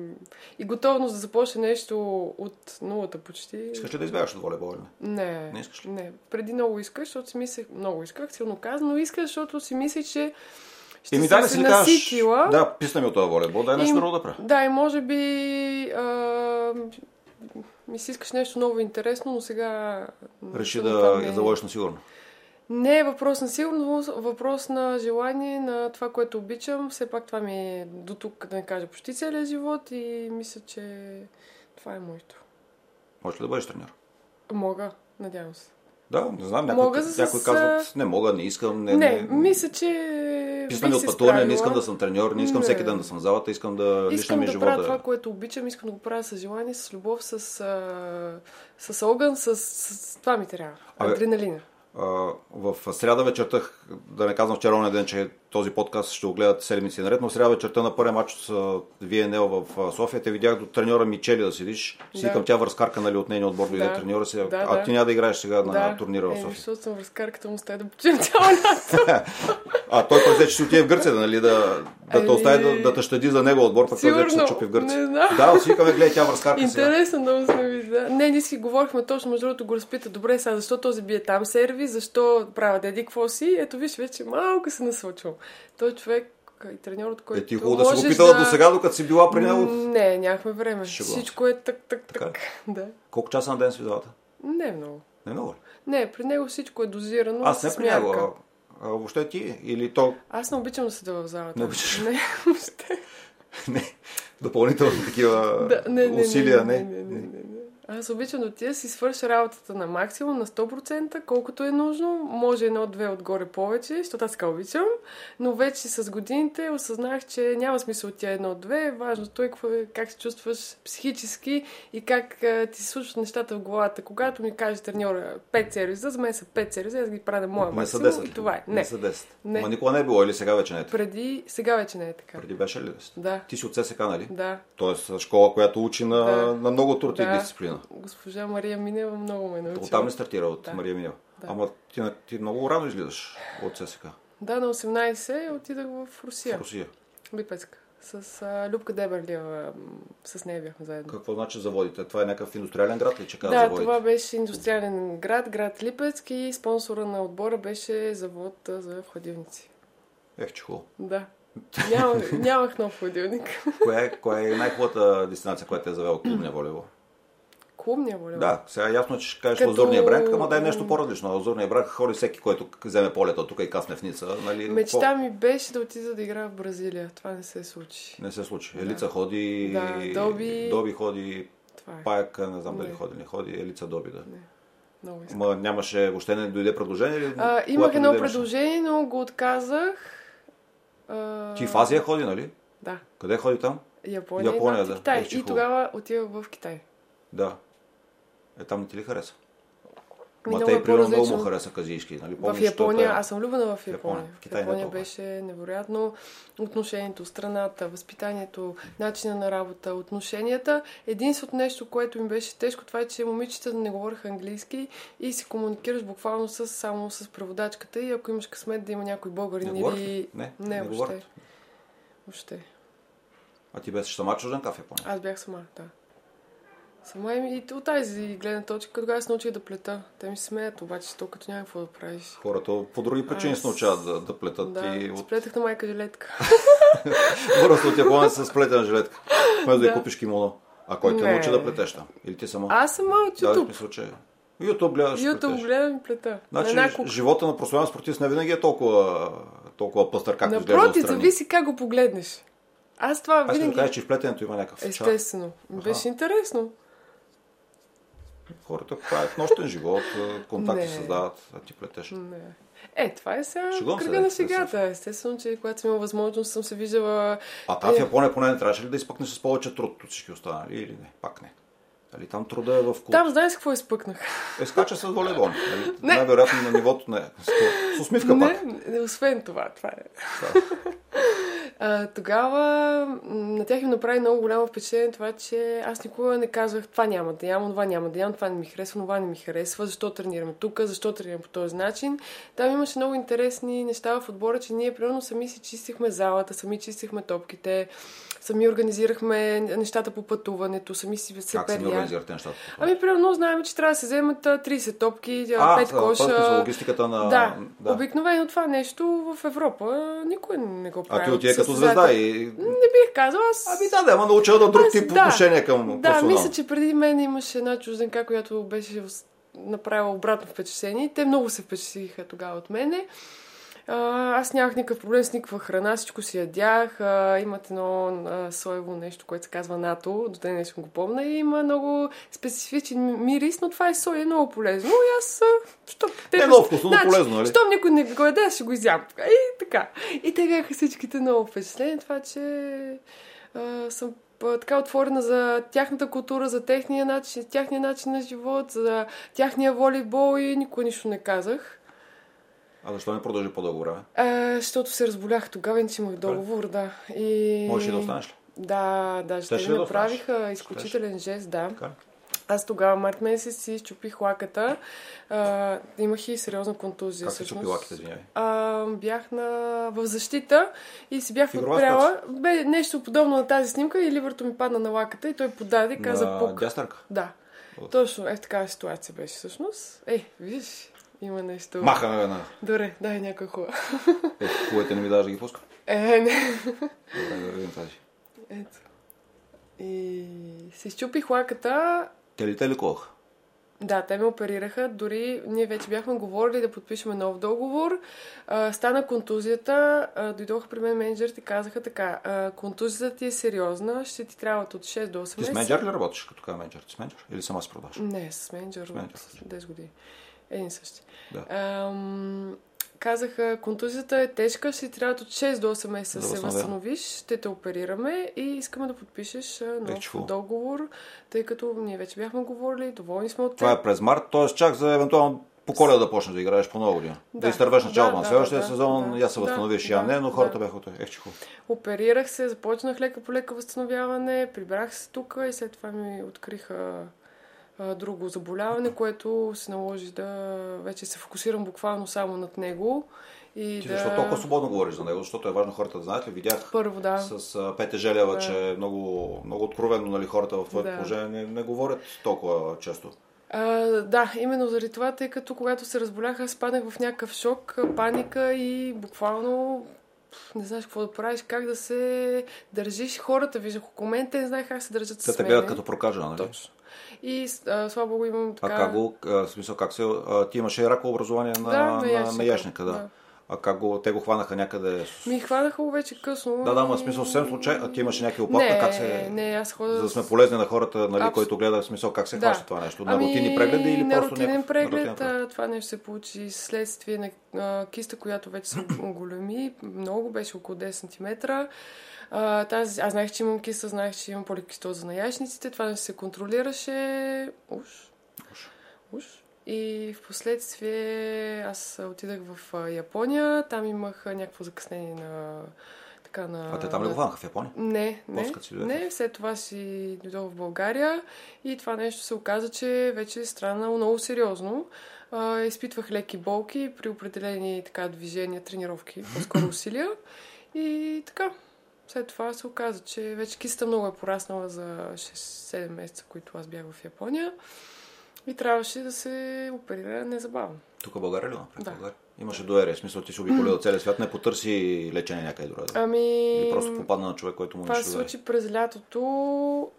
[SPEAKER 2] и готовност да започне нещо от нулата почти...
[SPEAKER 1] Искаш ли да избягаш от волейбола? или не?
[SPEAKER 2] Не.
[SPEAKER 1] Не искаш ли?
[SPEAKER 2] Не. Преди много искаш, защото си мислех... Много исках, силно казвам, но искаш, защото си мислех, че ще
[SPEAKER 1] Еми,
[SPEAKER 2] съм
[SPEAKER 1] дай да
[SPEAKER 2] се
[SPEAKER 1] си ли кажеш.
[SPEAKER 2] наситила.
[SPEAKER 1] Да, писна ми от този волейбол, дай нещо
[SPEAKER 2] Им-
[SPEAKER 1] друго да правя.
[SPEAKER 2] Да, и може би а, ми си искаш нещо много интересно, но сега...
[SPEAKER 1] Реши
[SPEAKER 2] силно това
[SPEAKER 1] да
[SPEAKER 2] не
[SPEAKER 1] я
[SPEAKER 2] е.
[SPEAKER 1] заложиш на сигурно.
[SPEAKER 2] Не е въпрос на сигурност, въпрос на желание, на това, което обичам. Все пак това ми е до тук, да не кажа, почти целият живот и мисля, че това е моето.
[SPEAKER 1] Може ли да бъдеш треньор?
[SPEAKER 2] Мога, надявам се.
[SPEAKER 1] Да, не знам, някой,
[SPEAKER 2] Мога с-
[SPEAKER 1] някой казват, не мога, не искам, не,
[SPEAKER 2] Не, не,
[SPEAKER 1] не,
[SPEAKER 2] мисля, че
[SPEAKER 1] писна
[SPEAKER 2] бих
[SPEAKER 1] ми от
[SPEAKER 2] се
[SPEAKER 1] пътуване, не
[SPEAKER 2] справила.
[SPEAKER 1] искам да съм треньор, не искам
[SPEAKER 2] Не.
[SPEAKER 1] всеки ден да съм в залата, искам да лично
[SPEAKER 2] Искам
[SPEAKER 1] ми е
[SPEAKER 2] да
[SPEAKER 1] живота.
[SPEAKER 2] правя това, което обичам, искам да го правя с желание, с любов, с, а, с огън, с, с, с... Това ми трябва.
[SPEAKER 1] Абе,
[SPEAKER 2] Адреналина.
[SPEAKER 1] А, в сряда вечертах, да не казвам вчера оня ден, че този подкаст ще го гледат седмици наред, но в сряда вечерта на първия матч с ВНЛ в а, София те видях до треньора Мичели да седиш. Си
[SPEAKER 2] Да.
[SPEAKER 1] към тя връзкарка, нали, от нейния отбор дойде
[SPEAKER 2] Да.
[SPEAKER 1] треньора си.
[SPEAKER 2] Да,
[SPEAKER 1] а
[SPEAKER 2] да.
[SPEAKER 1] ти няма да играеш сега на турнира в
[SPEAKER 2] Е,
[SPEAKER 1] София.
[SPEAKER 2] защото съм връзкарката му стая да почина цяла над.
[SPEAKER 1] А той пък взе, че ще отиде в Гърция, да, нали, да, да те
[SPEAKER 2] Ами-
[SPEAKER 1] остави да, да те щади за него отбор, пък той взе, че се
[SPEAKER 2] Сигурно,
[SPEAKER 1] чупи в Гърция.
[SPEAKER 2] не знам.
[SPEAKER 1] Да, свикаме, гледай, тя връзкарка Е, сега.
[SPEAKER 2] Интересно много сме ви, да. Не, ние си говорихме точно, между другото го разпита, добре сега, защо този бие там сервис, защо правят еди какво си, ето виж вече малко се насочвам. Той е човек и треньорът, който
[SPEAKER 1] Е, ти хубаво да си го
[SPEAKER 2] можеш
[SPEAKER 1] питала до сега, докато си била при него.
[SPEAKER 2] М, Не, нямахме време.
[SPEAKER 1] Шегувам се.
[SPEAKER 2] Всичко е так, так,
[SPEAKER 1] Така
[SPEAKER 2] так. <laughs> Да.
[SPEAKER 1] Колко часа на ден си в залата?
[SPEAKER 2] Не е много.
[SPEAKER 1] Не много ли?
[SPEAKER 2] Не, при него всичко е дозирано.
[SPEAKER 1] Аз не
[SPEAKER 2] с
[SPEAKER 1] при него.
[SPEAKER 2] мярка.
[SPEAKER 1] а- а Въобще ти или то
[SPEAKER 2] Аз не обичам да седя в залата.
[SPEAKER 1] Не обичаш.
[SPEAKER 2] Не, <laughs> въобще.
[SPEAKER 1] <laughs> не, допълнителни такива
[SPEAKER 2] Да, не, не, не,
[SPEAKER 1] усилия, не.
[SPEAKER 2] не, не, не, не, не. Аз обичам да отида да си свърша работата на максимум, на 100%, колкото е нужно. Може едно-две отгоре повече, защото аз така обичам. Но вече с годините осъзнах, че няма смисъл от тя едно-две. Важното е какво е- как се чувстваш психически и как а, ти се случват нещата в главата. Когато ми каже треньора 5 сервиза, за мен са 5 сервиза, аз ги правя на моя
[SPEAKER 1] Не са
[SPEAKER 2] максимум
[SPEAKER 1] 10.
[SPEAKER 2] и това е.
[SPEAKER 1] Не
[SPEAKER 2] Не,
[SPEAKER 1] са 10.
[SPEAKER 2] Не.
[SPEAKER 1] Ма никога не е било или сега вече не е така.
[SPEAKER 2] преди, сега вече не е така.
[SPEAKER 1] Преди беше ли 10?
[SPEAKER 2] Да,
[SPEAKER 1] Ти си от ССК, нали?
[SPEAKER 2] да.
[SPEAKER 1] Тоест школа, която учи на,
[SPEAKER 2] Да.
[SPEAKER 1] на много труд и
[SPEAKER 2] Да.
[SPEAKER 1] дисциплина.
[SPEAKER 2] Госпожа Мария Минева много ме научи.
[SPEAKER 1] От там ли стартира от
[SPEAKER 2] Да.
[SPEAKER 1] Мария Минева?
[SPEAKER 2] Да.
[SPEAKER 1] Ама ти, на- ти много рано излизаш от ССК.
[SPEAKER 2] Да, на 18 отидах в
[SPEAKER 1] В
[SPEAKER 2] Русия,
[SPEAKER 1] Русия.
[SPEAKER 2] Липецк. С а, Любка Деберлиева, м, с нея бяхме заедно.
[SPEAKER 1] Какво значи заводите? Това е някакъв индустриален град ли, че казва
[SPEAKER 2] Да,
[SPEAKER 1] заводите?
[SPEAKER 2] това беше индустриален град, град Липецк и спонсора на отбора беше завод а, за хладилници.
[SPEAKER 1] Ех, че хубаво.
[SPEAKER 2] Да.
[SPEAKER 1] <laughs>
[SPEAKER 2] Нямах, нямах нов хладилник.
[SPEAKER 1] Коя е, коя е най-хубавата дестинация, която е завела клубния волейбол?
[SPEAKER 2] клубния волейбол.
[SPEAKER 1] Да, сега е ясно, че ще кажеш
[SPEAKER 2] Като-
[SPEAKER 1] Лазурния бряг, ама дай нещо по-различно. Лазурния бряг ходи всеки, който вземе полето тук и касне в Ница. Нали?
[SPEAKER 2] Мечта ми беше да отида да играя в Бразилия. Това не се случи.
[SPEAKER 1] По- Не се случи. Елица ходи,
[SPEAKER 2] Да, Доби-
[SPEAKER 1] Доби ходи,
[SPEAKER 2] Това е
[SPEAKER 1] Паяка, не знам дали
[SPEAKER 2] Не.
[SPEAKER 1] ходи или не ходи, Елица Доби, да.
[SPEAKER 2] много искам.
[SPEAKER 1] Ма нямаше, въобще не дойде предложение или...
[SPEAKER 2] А,
[SPEAKER 1] когато
[SPEAKER 2] имах едно
[SPEAKER 1] дойде, имаше?
[SPEAKER 2] предложение, но го отказах. А,
[SPEAKER 1] Ти в Азия ходи, нали?
[SPEAKER 2] Да.
[SPEAKER 1] Къде ходи там?
[SPEAKER 2] Япония,
[SPEAKER 1] Япония,
[SPEAKER 2] Япония
[SPEAKER 1] да.
[SPEAKER 2] да. Китай.
[SPEAKER 1] Ех, че
[SPEAKER 2] и
[SPEAKER 1] хубаво.
[SPEAKER 2] тогава отивах в Китай.
[SPEAKER 1] Да. Е, там не ти ли хареса? Ма
[SPEAKER 2] Минало
[SPEAKER 1] те
[SPEAKER 2] е
[SPEAKER 1] и примерно много му
[SPEAKER 2] по-различно.
[SPEAKER 1] хареса казийски, нали?
[SPEAKER 2] В
[SPEAKER 1] Помниш,
[SPEAKER 2] Япония,
[SPEAKER 1] той е-
[SPEAKER 2] аз съм любена в Япония.
[SPEAKER 1] В Китай не е
[SPEAKER 2] Япония
[SPEAKER 1] толкова.
[SPEAKER 2] беше невероятно. Отношението, страната, възпитанието, начина на работа, отношенията. Единственото нещо, което им беше тежко, това е, че момичетата не говориха английски и си комуникираш буквално с, само с преводачката и ако имаш късмет да има някой
[SPEAKER 1] Не
[SPEAKER 2] българин
[SPEAKER 1] говорят
[SPEAKER 2] или...
[SPEAKER 1] ли? Не,
[SPEAKER 2] не,
[SPEAKER 1] не
[SPEAKER 2] въобще.
[SPEAKER 1] говорят.
[SPEAKER 2] Въобще.
[SPEAKER 1] А ти беше сама чужденка в Япония?
[SPEAKER 2] Аз бях сама, да. Сама и, и от тази гледна точка, тогава се научих да плета. Те ми се смеят, обаче, то като няма какво да правиш.
[SPEAKER 1] Хората по други причини
[SPEAKER 2] Аз-
[SPEAKER 1] се научават да, да плетат
[SPEAKER 2] Да,
[SPEAKER 1] и
[SPEAKER 2] и
[SPEAKER 1] от...
[SPEAKER 2] сплетах на майка жилетка.
[SPEAKER 1] Върват от Япония с плетена жилетка. Вместо да, да
[SPEAKER 2] Да.
[SPEAKER 1] купиш кимоно. А кой те
[SPEAKER 2] Не.
[SPEAKER 1] научи да плетеш там? Или ти сама?
[SPEAKER 2] Аз съм от
[SPEAKER 1] Да, в
[SPEAKER 2] YouTube.
[SPEAKER 1] смисъл, че... YouTube гледаш и
[SPEAKER 2] YouTube
[SPEAKER 1] плетеш.
[SPEAKER 2] гледам и плета.
[SPEAKER 1] Значи,
[SPEAKER 2] на една кука.
[SPEAKER 1] живота на професионален спортист не винаги е толкова, толкова пъстър, както изглежда
[SPEAKER 2] Напротив,
[SPEAKER 1] отстрани.
[SPEAKER 2] зависи как го погледнеш. Аз това
[SPEAKER 1] Аз ще да
[SPEAKER 2] винаги...
[SPEAKER 1] кажа, че и в плетенето има някакъв чар.
[SPEAKER 2] Естествено. Беше интересно.
[SPEAKER 1] Хората правят нощен живот, е, контакти
[SPEAKER 2] Не.
[SPEAKER 1] създават, а ти плетеш.
[SPEAKER 2] Не. Е, това е сега
[SPEAKER 1] Шегувам се,
[SPEAKER 2] кръга
[SPEAKER 1] да,
[SPEAKER 2] на
[SPEAKER 1] естествено.
[SPEAKER 2] шегата. Естествено, че когато съм имала възможност, съм се виждала...
[SPEAKER 1] А там в
[SPEAKER 2] Е.
[SPEAKER 1] Япония поне не трябваше ли да изпъкнеш с повече труд от всички останали или не? Пак не. Нали, там труда е в култ.
[SPEAKER 2] Там знаеш какво изпъкнах.
[SPEAKER 1] Е, скача с волейбол. Нали?
[SPEAKER 2] Не.
[SPEAKER 1] Най-вероятно на нивото не. С, с усмивка
[SPEAKER 2] Не,
[SPEAKER 1] пак.
[SPEAKER 2] не, освен това, това е. <laughs> а, тогава м, на тях им направи много голямо впечатление това, че аз никога не казвах това няма да ям, това няма да ям, това не ми харесва, това не ми харесва, защо тренираме тук, защо тренираме по този начин. Там имаше много интересни неща в отбора, че ние примерно сами си чистихме залата, сами чистихме топките, сами организирахме нещата по пътуването, сами си се
[SPEAKER 1] Как се ми
[SPEAKER 2] перя.
[SPEAKER 1] организирате нещата?
[SPEAKER 2] Ами, примерно, знаем, че трябва да се вземат а, 30 топки,
[SPEAKER 1] а,
[SPEAKER 2] 5
[SPEAKER 1] това е смисъл,
[SPEAKER 2] коша.
[SPEAKER 1] логистиката на...
[SPEAKER 2] Да,
[SPEAKER 1] да.
[SPEAKER 2] да. обикновено е това нещо в Европа а, никой не го прави.
[SPEAKER 1] А ти отиде като
[SPEAKER 2] Състезател-
[SPEAKER 1] звезда и...
[SPEAKER 2] Не бих казала, аз...
[SPEAKER 1] Ами да, да, ама научила да друг
[SPEAKER 2] Аз-
[SPEAKER 1] тип
[SPEAKER 2] да.
[SPEAKER 1] отношение към
[SPEAKER 2] да,
[SPEAKER 1] персонала.
[SPEAKER 2] мисля, че преди мен имаше една чужденка, която беше в- направила обратно впечатление. Те много се впечатлиха тогава от мене. А, Аз нямах никакъв проблем с никаква храна, всичко си ядях. А, Имат едно а, соево нещо, което се казва НАТО, до ден днешен го помня. И има много специфичен мирис, но това е сой, е много полезно. И аз... а, Що, те Значи,
[SPEAKER 1] Не е много вкусно, но полезно, нали?
[SPEAKER 2] щом никой не го яде, аз ще го изям. И така. И те бяха всичките много впечатлени. Това, че а, съм а, така отворена за тяхната култура, за техния начин, тяхния начин на живот, за тяхния волейбол и никой нищо не казах.
[SPEAKER 1] А защо не продължи по-дълго време?
[SPEAKER 2] А, Е, защото се разболях тогава, иначе имах договор, да. И...
[SPEAKER 1] Можеш и да останеш ли?
[SPEAKER 2] Да, да, ще
[SPEAKER 1] Щеше
[SPEAKER 2] ми
[SPEAKER 1] ли да
[SPEAKER 2] направиха изключителен жест, да.
[SPEAKER 1] Така ли?
[SPEAKER 2] Аз тогава, март месец, си щупих лаката. А, имах и сериозна контузия.
[SPEAKER 1] Как се
[SPEAKER 2] всъщност.
[SPEAKER 1] чупи лаките, извинявай?
[SPEAKER 2] А, бях на... в защита и си бях
[SPEAKER 1] Фигурова
[SPEAKER 2] подпряла. Бе нещо подобно на тази снимка и ливърто ми падна на лаката и той подаде, каза
[SPEAKER 1] На
[SPEAKER 2] пук.
[SPEAKER 1] дястърка.
[SPEAKER 2] Да.
[SPEAKER 1] Уф.
[SPEAKER 2] Точно, е в такава ситуация беше всъщност. Е, виж, има нещо.
[SPEAKER 1] Маха на една.
[SPEAKER 2] Добре, дай някой хубава.
[SPEAKER 1] Е, кулите не ми даже да ги пускам.
[SPEAKER 2] Е, не.
[SPEAKER 1] Добре, да видим тази.
[SPEAKER 2] Ето. И си щупих лаката,
[SPEAKER 1] Те ли те ликуваха?
[SPEAKER 2] Да, те ме оперираха. Дори ние вече бяхме говорили да подпишем нов договор. А, стана контузията. А, дойдоха при мен менеджерите и казаха така. А, контузията ти е сериозна. Ще ти трябват от 6 до 8
[SPEAKER 1] Ти с
[SPEAKER 2] месеца.
[SPEAKER 1] менеджер ли работиш като така менеджер? Ти с менеджер? Или сама си продаваш?
[SPEAKER 2] Не, с менеджер
[SPEAKER 1] менеджер.
[SPEAKER 2] от 10 години. Един и същи.
[SPEAKER 1] Да.
[SPEAKER 2] Ам, казаха, контузията е тежка, ще ти трябват от 6 до 8 месеца да
[SPEAKER 1] Да
[SPEAKER 2] се
[SPEAKER 1] възстановя.
[SPEAKER 2] възстановиш, ще те оперираме и искаме да подпишеш а,
[SPEAKER 1] Е,
[SPEAKER 2] нов
[SPEAKER 1] чу.
[SPEAKER 2] договор, тъй като ние вече бяхме говорили, доволни сме от теб.
[SPEAKER 1] Това е през март, т.е. чак за евентуално по коледа да почнеш да играеш по нова година. Да,
[SPEAKER 2] Да.
[SPEAKER 1] изтървеш началото
[SPEAKER 2] Да,
[SPEAKER 1] на
[SPEAKER 2] да,
[SPEAKER 1] следващия
[SPEAKER 2] да,
[SPEAKER 1] сезон,
[SPEAKER 2] да.
[SPEAKER 1] я се
[SPEAKER 2] Да,
[SPEAKER 1] възстановиш,
[SPEAKER 2] да,
[SPEAKER 1] я не, но
[SPEAKER 2] да.
[SPEAKER 1] хората бяха от Ех, чихо.
[SPEAKER 2] Оперирах се, започнах лека по лека възстановяване, прибрах се тук и след това ми откриха а, друго заболяване, което се наложи да вече се фокусирам буквално само над него. И
[SPEAKER 1] Ти
[SPEAKER 2] да...
[SPEAKER 1] защо толкова свободно говориш за него? Защото е важно хората да знаят ли. Видях
[SPEAKER 2] Първо, да.
[SPEAKER 1] с а, Петя Желева, че е много, много откровено нали, хората в твоето
[SPEAKER 2] Да.
[SPEAKER 1] положение не, не говорят толкова често.
[SPEAKER 2] А, да, именно заради това, тъй като когато се разболях, аз паднах в някакъв шок, паника и буквално не знаеш какво да правиш, как да се държиш. Хората виждах около мен, те не знаех как се държат
[SPEAKER 1] Те
[SPEAKER 2] с
[SPEAKER 1] те
[SPEAKER 2] мен.
[SPEAKER 1] гледат като прокажена, нали?
[SPEAKER 2] Точно. И а, слава богу имам
[SPEAKER 1] А
[SPEAKER 2] така...
[SPEAKER 1] как го, а, в смисъл, как се, а, ти имаше рако образование на,
[SPEAKER 2] Да, на
[SPEAKER 1] на, на,
[SPEAKER 2] ящика.
[SPEAKER 1] на ящника, да.
[SPEAKER 2] Да.
[SPEAKER 1] А как го, те го хванаха някъде? с-
[SPEAKER 2] Ми хванаха го вече късно.
[SPEAKER 1] Да, да, ма
[SPEAKER 2] и-
[SPEAKER 1] в смисъл съвсем случай, а ти имаш някакви оплатка,
[SPEAKER 2] не,
[SPEAKER 1] как се...
[SPEAKER 2] Не, аз ходя...
[SPEAKER 1] За да сме
[SPEAKER 2] с-
[SPEAKER 1] полезни на хората, нали,
[SPEAKER 2] Абс-
[SPEAKER 1] който гледа, в смисъл как се
[SPEAKER 2] Да. Ами,
[SPEAKER 1] хваща това нещо? На рутини прегледи или
[SPEAKER 2] на
[SPEAKER 1] просто
[SPEAKER 2] рутинен
[SPEAKER 1] някакъв- на рутинен
[SPEAKER 2] преглед, а, това нещо се получи следствие на а, киста, която
[SPEAKER 1] <clears throat>
[SPEAKER 2] вече се оголеми. Много беше около 10 см. А, тази, аз знаех, че имам киста, знаех, че имам поликистоза на яичниците. Това нещо се контролираше. Уж.
[SPEAKER 1] Уж.
[SPEAKER 2] Уж. И в последствие аз отидах в а, Япония. Там имах а, някакво закъснение на... Така, на
[SPEAKER 1] А те там ли го
[SPEAKER 2] на-
[SPEAKER 1] хванаха в Япония?
[SPEAKER 2] не, не.
[SPEAKER 1] После като си дойде.
[SPEAKER 2] Не, след това си дойдох в България и това нещо се оказа, че вече е странало много сериозно. А, изпитвах леки болки при определени така движения, тренировки, по-скоро усилия. И така, след това се оказа, че вече киста много е пораснала за 6-7 месеца, които аз бях в Япония. И трябваше да се оперира незабавно.
[SPEAKER 1] Тук в България ли? го направи?
[SPEAKER 2] Да.
[SPEAKER 1] България. Имаше доерия, в смисъл ти си обиколил целия свят, не потърси лечение някъде другаде.
[SPEAKER 2] Ами...
[SPEAKER 1] Или просто попадна на човек, който му
[SPEAKER 2] Това
[SPEAKER 1] имаше
[SPEAKER 2] се
[SPEAKER 1] доверие.
[SPEAKER 2] случи през лятото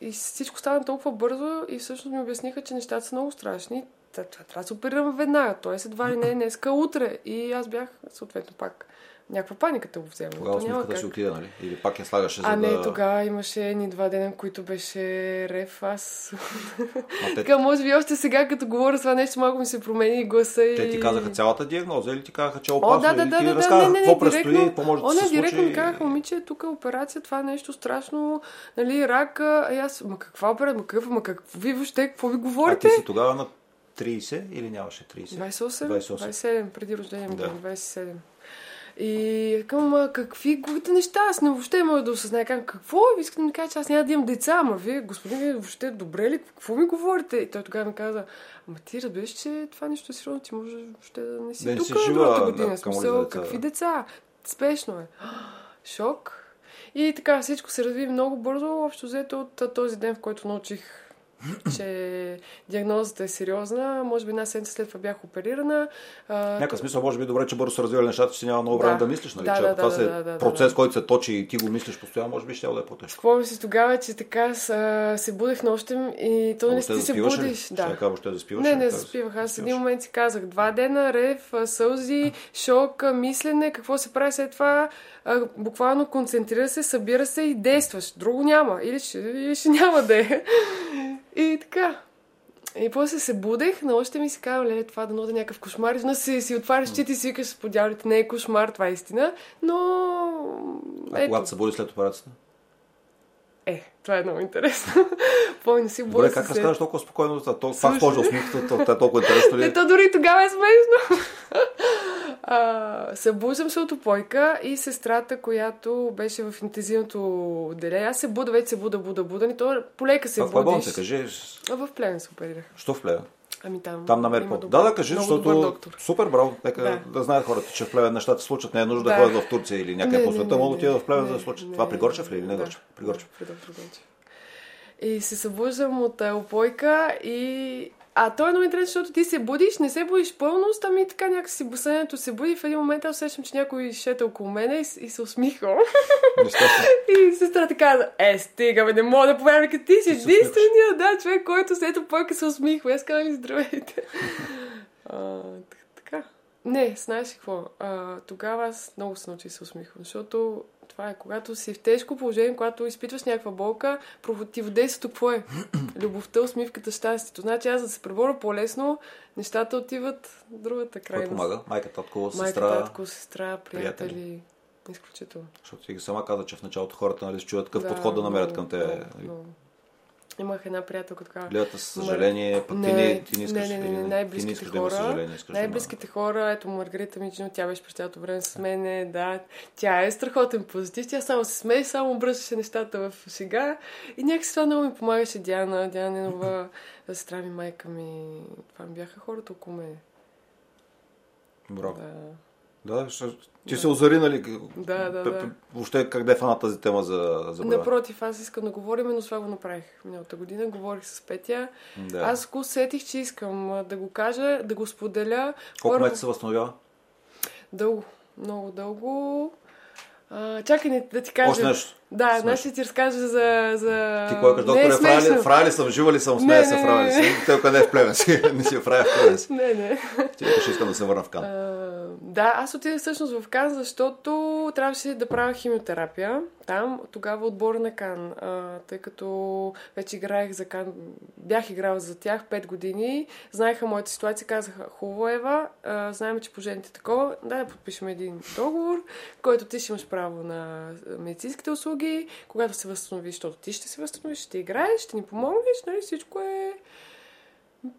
[SPEAKER 2] и всичко стана толкова бързо и всъщност ми обясниха, че нещата са много страшни. Та- това Трябва да се оперирам веднага. Тоест едва ли не е днеска, утре. И аз бях съответно пак. Някаква паника те го взема.
[SPEAKER 1] Тогава
[SPEAKER 2] То няма
[SPEAKER 1] усмивката
[SPEAKER 2] как.
[SPEAKER 1] си отиде, нали? Или пак я слагаше за
[SPEAKER 2] А не,
[SPEAKER 1] да...
[SPEAKER 2] тогава имаше ни два дена, в които беше рев. Аз...
[SPEAKER 1] Ма те,
[SPEAKER 2] Така, може би още сега, като говоря с това нещо, малко ми се промени гласа и...
[SPEAKER 1] те ти казаха цялата диагноза или ти казаха, че е
[SPEAKER 2] О,
[SPEAKER 1] опасно?
[SPEAKER 2] да, да,
[SPEAKER 1] или
[SPEAKER 2] да,
[SPEAKER 1] ти
[SPEAKER 2] да, да,
[SPEAKER 1] разказаха
[SPEAKER 2] не, не, не,
[SPEAKER 1] какво предстои,
[SPEAKER 2] директно.
[SPEAKER 1] какво може да
[SPEAKER 2] О,
[SPEAKER 1] се
[SPEAKER 2] не,
[SPEAKER 1] случи?
[SPEAKER 2] директно ми казаха, момиче, тук е операция, това е нещо страшно, нали, рак, а и аз, ма каква операция, ма какъв, ма как, ви въобще, какво ви
[SPEAKER 1] А
[SPEAKER 2] говорите?
[SPEAKER 1] ти си тогава на 30 или нямаше 30?
[SPEAKER 2] 28,
[SPEAKER 1] 28.
[SPEAKER 2] 27, преди рождение ми,
[SPEAKER 1] Да.
[SPEAKER 2] да. 27. И към, а, какви глупите неща, аз не въобще не мога да осъзная. Как, какво? Искам да ми кажа, че аз няма да имам деца, ама вие, господин, вие въобще добре ли? Какво ми говорите? И той тогава ми каза, ама ти разбираш, че това нещо е сериозно, ти може въобще да не си
[SPEAKER 1] Да не си
[SPEAKER 2] тук
[SPEAKER 1] жива,
[SPEAKER 2] другата
[SPEAKER 1] да,
[SPEAKER 2] година.
[SPEAKER 1] камо ли за
[SPEAKER 2] смисъл,
[SPEAKER 1] деца,
[SPEAKER 2] какви
[SPEAKER 1] да.
[SPEAKER 2] деца? Спешно е. Шок. И така, всичко се разви много бързо, общо взето от а, този ден, в който научих, че диагнозата е сериозна. Може би една седмица след това бях оперирана. А,
[SPEAKER 1] Някакъв смисъл, може би добре, че бързо се развивали нещата, че си няма много време да,
[SPEAKER 2] Да.
[SPEAKER 1] мислиш, нали?
[SPEAKER 2] Да,
[SPEAKER 1] че
[SPEAKER 2] да,
[SPEAKER 1] ако това
[SPEAKER 2] да,
[SPEAKER 1] се
[SPEAKER 2] да, да, да,
[SPEAKER 1] процес,
[SPEAKER 2] да.
[SPEAKER 1] който се точи и ти го мислиш постоянно, може би ще да е по-тежко.
[SPEAKER 2] Спомням си тогава, че така с- а, се будех нощем и то не
[SPEAKER 1] Въобще
[SPEAKER 2] ти се
[SPEAKER 1] заспиваш ли?
[SPEAKER 2] будиш.
[SPEAKER 1] Ще
[SPEAKER 2] Да.
[SPEAKER 1] кажа, въобще заспиваш
[SPEAKER 2] Не,
[SPEAKER 1] ли?
[SPEAKER 2] не
[SPEAKER 1] Как
[SPEAKER 2] заспивах. Аз в
[SPEAKER 1] заспиваш?
[SPEAKER 2] един момент си казах два дена, рев, а, сълзи, шок, а, мислене, какво се прави след това. а, Буквално концентрира се, събира се и действаш. Друго няма. Или ще, или ще няма да е. И така. И после се будех, но още ми си казвам, леле, това дано да е някакъв кошмар. И си, си отваряш очите и си викаш, подявалите, не е кошмар, това е истина. Но...
[SPEAKER 1] А
[SPEAKER 2] ето.
[SPEAKER 1] когато се буди след операцията?
[SPEAKER 2] Е, това е много интересно. <laughs> Помня си,
[SPEAKER 1] Добре,
[SPEAKER 2] боля
[SPEAKER 1] как
[SPEAKER 2] се.
[SPEAKER 1] разказваш толкова спокойно? за това? Пак
[SPEAKER 2] Слушай.
[SPEAKER 1] сложи усмивката, то- това е толкова интересно
[SPEAKER 2] Не,
[SPEAKER 1] ли?
[SPEAKER 2] то дори и тогава е смешно. <laughs> А, събуждам се от опойка и сестрата, която беше в интензивното отделение. Аз се буда, вече се буда, буда, буда. И то полека се
[SPEAKER 1] А в кой болница?
[SPEAKER 2] будиш.
[SPEAKER 1] Кажи,
[SPEAKER 2] А, в плен се оперирах.
[SPEAKER 1] що в Плевен?
[SPEAKER 2] Ами там.
[SPEAKER 1] Там намери
[SPEAKER 2] има
[SPEAKER 1] по...
[SPEAKER 2] добър-
[SPEAKER 1] Да, да, кажи,
[SPEAKER 2] много
[SPEAKER 1] защото...
[SPEAKER 2] добър доктор.
[SPEAKER 1] Супер, браво. Нека да.
[SPEAKER 2] Да.
[SPEAKER 1] знаят хората, че в Плевен нещата се случат. Не е нужда да,
[SPEAKER 2] Да.
[SPEAKER 1] ходят в Турция или някъде
[SPEAKER 2] Не,
[SPEAKER 1] по
[SPEAKER 2] не,
[SPEAKER 1] света.
[SPEAKER 2] не,
[SPEAKER 1] Мога да
[SPEAKER 2] не,
[SPEAKER 1] отидат в Плевен
[SPEAKER 2] не,
[SPEAKER 1] за да се случат.
[SPEAKER 2] не,
[SPEAKER 1] Това при Горчев ли е или не
[SPEAKER 2] да,
[SPEAKER 1] Горчев? При Горчев.
[SPEAKER 2] При Горчев. И се събуждам от а, опойка и... А то е много интересно, защото ти се будиш, не се будиш пълно, ами така някакси босенето се буди и в един момент аз усещам, че някой шета около мене и, с- и се усмихва.
[SPEAKER 1] Естествено.
[SPEAKER 2] И сестрата каза, е, стига, бе, не мога да повярвам, вика, ти си единствения, да, човек, който след опойка се усмихва. И Аз казвам, здравейте. А, т- така. Не, знаеш ли какво? А, тогава аз много се научих да се усмихвам, защото това е, когато си в тежко положение, когато изпитваш някаква болка, противодействието
[SPEAKER 1] <clears throat>
[SPEAKER 2] какво е? Любовта, усмивката, щастието. Значи аз да се преборя по-лесно, нещата отиват в другата
[SPEAKER 1] Кой
[SPEAKER 2] крайност.
[SPEAKER 1] помага? Майка, татко,
[SPEAKER 2] Майка,
[SPEAKER 1] сестра.
[SPEAKER 2] татко, сестра, приятели. приятели. Изключително.
[SPEAKER 1] Защото ти ги сама каза, че в началото хората нали, се чуят какъв
[SPEAKER 2] Да,
[SPEAKER 1] подход да намерят
[SPEAKER 2] много,
[SPEAKER 1] към те. Нали,
[SPEAKER 2] много, много. Имах една приятелка така.
[SPEAKER 1] Гледат те с съжаление, пък ти
[SPEAKER 2] Не,
[SPEAKER 1] не, ти не искаш.
[SPEAKER 2] не, не,
[SPEAKER 1] или
[SPEAKER 2] не, не,
[SPEAKER 1] ти
[SPEAKER 2] най-близките
[SPEAKER 1] искаш да има
[SPEAKER 2] хора,
[SPEAKER 1] съжаление. Искаш да има-
[SPEAKER 2] Най-близките хора, ето Маргарита Мичинова, тя беше през цялото време с мене, да. Тя е страхотен позитив, тя само се смее, само обръщаше нещата в сега. И някакси това много ми помагаше Диана,
[SPEAKER 1] <laughs>
[SPEAKER 2] Диана Ненова, сестра ми, майка ми. Това ми бяха хората около мен.
[SPEAKER 1] Браво.
[SPEAKER 2] Да.
[SPEAKER 1] Да, ще- ти се озари, нали?
[SPEAKER 2] Да, да,
[SPEAKER 1] П-
[SPEAKER 2] да.
[SPEAKER 1] п- Въобще как да е фана тази тема за, за Бремен?
[SPEAKER 2] Напротив, аз искам да говорим, но това го направих миналата година. Говорих с Петя.
[SPEAKER 1] Да.
[SPEAKER 2] Аз го усетих, че искам а, да го кажа, да го споделя.
[SPEAKER 1] Колко
[SPEAKER 2] Първо-
[SPEAKER 1] месеца се възстановява?
[SPEAKER 2] Дълго. много дълго. А, чакай не, да ти кажа.
[SPEAKER 1] Още нещо?
[SPEAKER 2] Да,
[SPEAKER 1] Смешно.
[SPEAKER 2] значи ще ти разкажа за... за...
[SPEAKER 1] Ти кой е, кажеш,
[SPEAKER 2] Не е
[SPEAKER 1] докторе, фрая ли,
[SPEAKER 2] смешно.
[SPEAKER 1] фрая ли съм, жива ли съм, смея
[SPEAKER 2] Не,
[SPEAKER 1] се,
[SPEAKER 2] не,
[SPEAKER 1] фрая ли
[SPEAKER 2] не,
[SPEAKER 1] съм. Те къде е в племен си, <laughs> не си фрая в племен си.
[SPEAKER 2] Не, не.
[SPEAKER 1] Ти викаш, искам да се върна в
[SPEAKER 2] А,
[SPEAKER 1] Кан.
[SPEAKER 2] да, аз отидах всъщност в Кан, защото трябваше да правя химиотерапия там, тогава отбора на Кан, а, тъй като вече играех за Кан, бях играла за тях 5 години, знаеха моята ситуация, казаха, хубаво Ева, а, знаем, че положението е такова, да, подпишем един договор, в който ти ще имаш право на медицинските услуги, когато се възстановиш, защото ти ще се възстановиш, ще играеш, ще ни помогнеш, нали, всичко е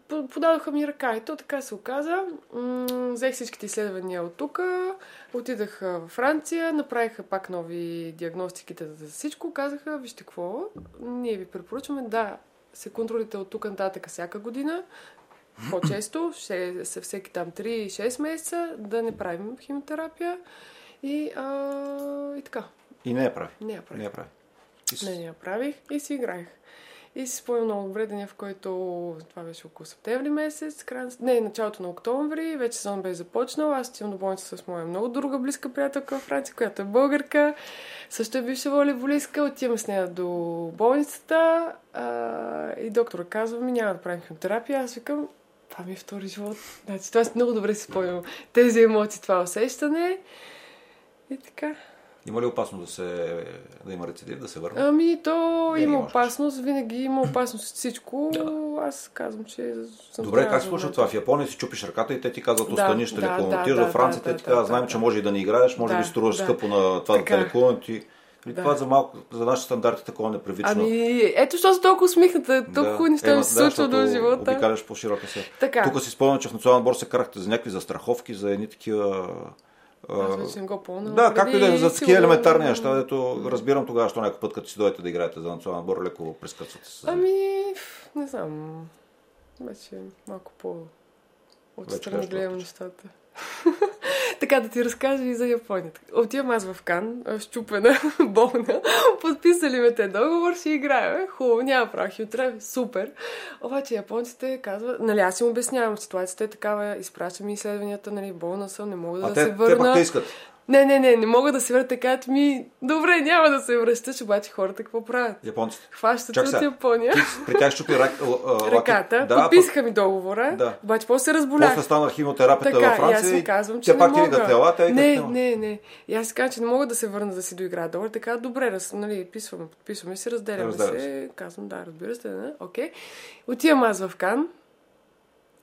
[SPEAKER 2] по- подадоха ми ръка и то така се оказа. М, Взех всичките изследвания от тук, отидах а, във Франция, направиха пак нови диагностиките за всичко, казаха, вижте какво, ние ви препоръчваме да се контролите от тук нататък всяка година, по-често, ще са всеки там 3-6 месеца, да не правим химиотерапия и, а, и така.
[SPEAKER 1] И не я прави.
[SPEAKER 2] Не я правих.
[SPEAKER 1] Не я прави. Ис-
[SPEAKER 2] Не, не я правих и си играех. И си спомням много добре деня, в който това беше около септември месец, край, на- не, началото на октомври, вече сезон бе започнал. Аз отивам до болница с моя много друга близка приятелка във Франция, която е българка, също е бивша волейболистка. Отивам с нея до болницата а, и доктора казва ми, няма да правим химиотерапия. Аз викам, това ми е втори живот. Значи, това аз много добре си спомням. Тези емоции, това усещане. И така.
[SPEAKER 1] Има ли опасност да, се, да има рецидив, да се върне?
[SPEAKER 2] Ами, то
[SPEAKER 1] Винаги
[SPEAKER 2] има
[SPEAKER 1] може.
[SPEAKER 2] опасност, винаги има опасност от всичко. Аз казвам, че съм
[SPEAKER 1] Добре,
[SPEAKER 2] здрава
[SPEAKER 1] как се
[SPEAKER 2] за
[SPEAKER 1] случва
[SPEAKER 2] момента.
[SPEAKER 1] това? В Япония си чупиш ръката и те ти казват,
[SPEAKER 2] Да,
[SPEAKER 1] остани, ще
[SPEAKER 2] да,
[SPEAKER 1] лекуваме.
[SPEAKER 2] да,
[SPEAKER 1] Отиваш
[SPEAKER 2] да,
[SPEAKER 1] във Франция,
[SPEAKER 2] да,
[SPEAKER 1] те ти
[SPEAKER 2] да,
[SPEAKER 1] казват,
[SPEAKER 2] да,
[SPEAKER 1] знаем, че
[SPEAKER 2] да.
[SPEAKER 1] може и да не играеш, може
[SPEAKER 2] Да,
[SPEAKER 1] би струваш
[SPEAKER 2] да.
[SPEAKER 1] скъпо на това да те
[SPEAKER 2] Така е.
[SPEAKER 1] лекуваме. Ти... Или
[SPEAKER 2] Да.
[SPEAKER 1] Това за малко, за нашите стандарти такова непривично.
[SPEAKER 2] Ами, ето, защото са толкова усмихната, толкова хубави неща ми се случват
[SPEAKER 1] Е, защото
[SPEAKER 2] в живота.
[SPEAKER 1] Обикаляш по-широка се.
[SPEAKER 2] Така.
[SPEAKER 1] Тук си спомням, че в Национален борс се карахте за някакви застраховки, за едни такива... а,
[SPEAKER 2] Аз вече не го помня.
[SPEAKER 1] да, както и да е, за такива
[SPEAKER 2] сигурно-
[SPEAKER 1] елементарни неща, дето разбирам тогава, що някой път, като си дойдете да играете за национален отбор, леко прескъцвате се.
[SPEAKER 2] Ами, не знам. Вече малко по... Отстрани
[SPEAKER 1] Вече гледаш
[SPEAKER 2] гледам
[SPEAKER 1] повече.
[SPEAKER 2] нещата. <laughs> така да ти разкажа и за Япония. Отивам аз в Кан, а, щупена, <laughs> болна. Подписали ме те договор, ще играем. Хубаво, няма прах и утре. Супер. Обаче японците казват, нали аз им обяснявам, ситуацията е такава, изпращам ми изследванията, нали, болна съм, не мога да
[SPEAKER 1] а
[SPEAKER 2] се
[SPEAKER 1] те, те
[SPEAKER 2] върна.
[SPEAKER 1] пък те искат.
[SPEAKER 2] Не, не, не, не мога да се върна така, ми, добре, няма да се връщаш, обаче хората какво правят?
[SPEAKER 1] Японците.
[SPEAKER 2] Хващат те
[SPEAKER 1] Чак
[SPEAKER 2] от
[SPEAKER 1] сега.
[SPEAKER 2] Япония
[SPEAKER 1] Ти при тях щупи рак, л- а, лаки-
[SPEAKER 2] ръката,
[SPEAKER 1] Да, пък,
[SPEAKER 2] подписаха ми договора,
[SPEAKER 1] Да.
[SPEAKER 2] обаче после се разболях.
[SPEAKER 1] после стана химиотерапията
[SPEAKER 2] Така,
[SPEAKER 1] във
[SPEAKER 2] и аз
[SPEAKER 1] Франция.
[SPEAKER 2] им казвам,
[SPEAKER 1] те
[SPEAKER 2] че не
[SPEAKER 1] пак ти
[SPEAKER 2] мога.
[SPEAKER 1] викат ела, те викат
[SPEAKER 2] не,
[SPEAKER 1] «Ела».
[SPEAKER 2] не, не. И аз си казвам, че не мога да се върна да си доигра долар. Така, добре, раз, нали, писваме, подписваме се, разделяме
[SPEAKER 1] Разделяме
[SPEAKER 2] се. Казвам, да, разбира се, да, окей. Отивам аз в Кан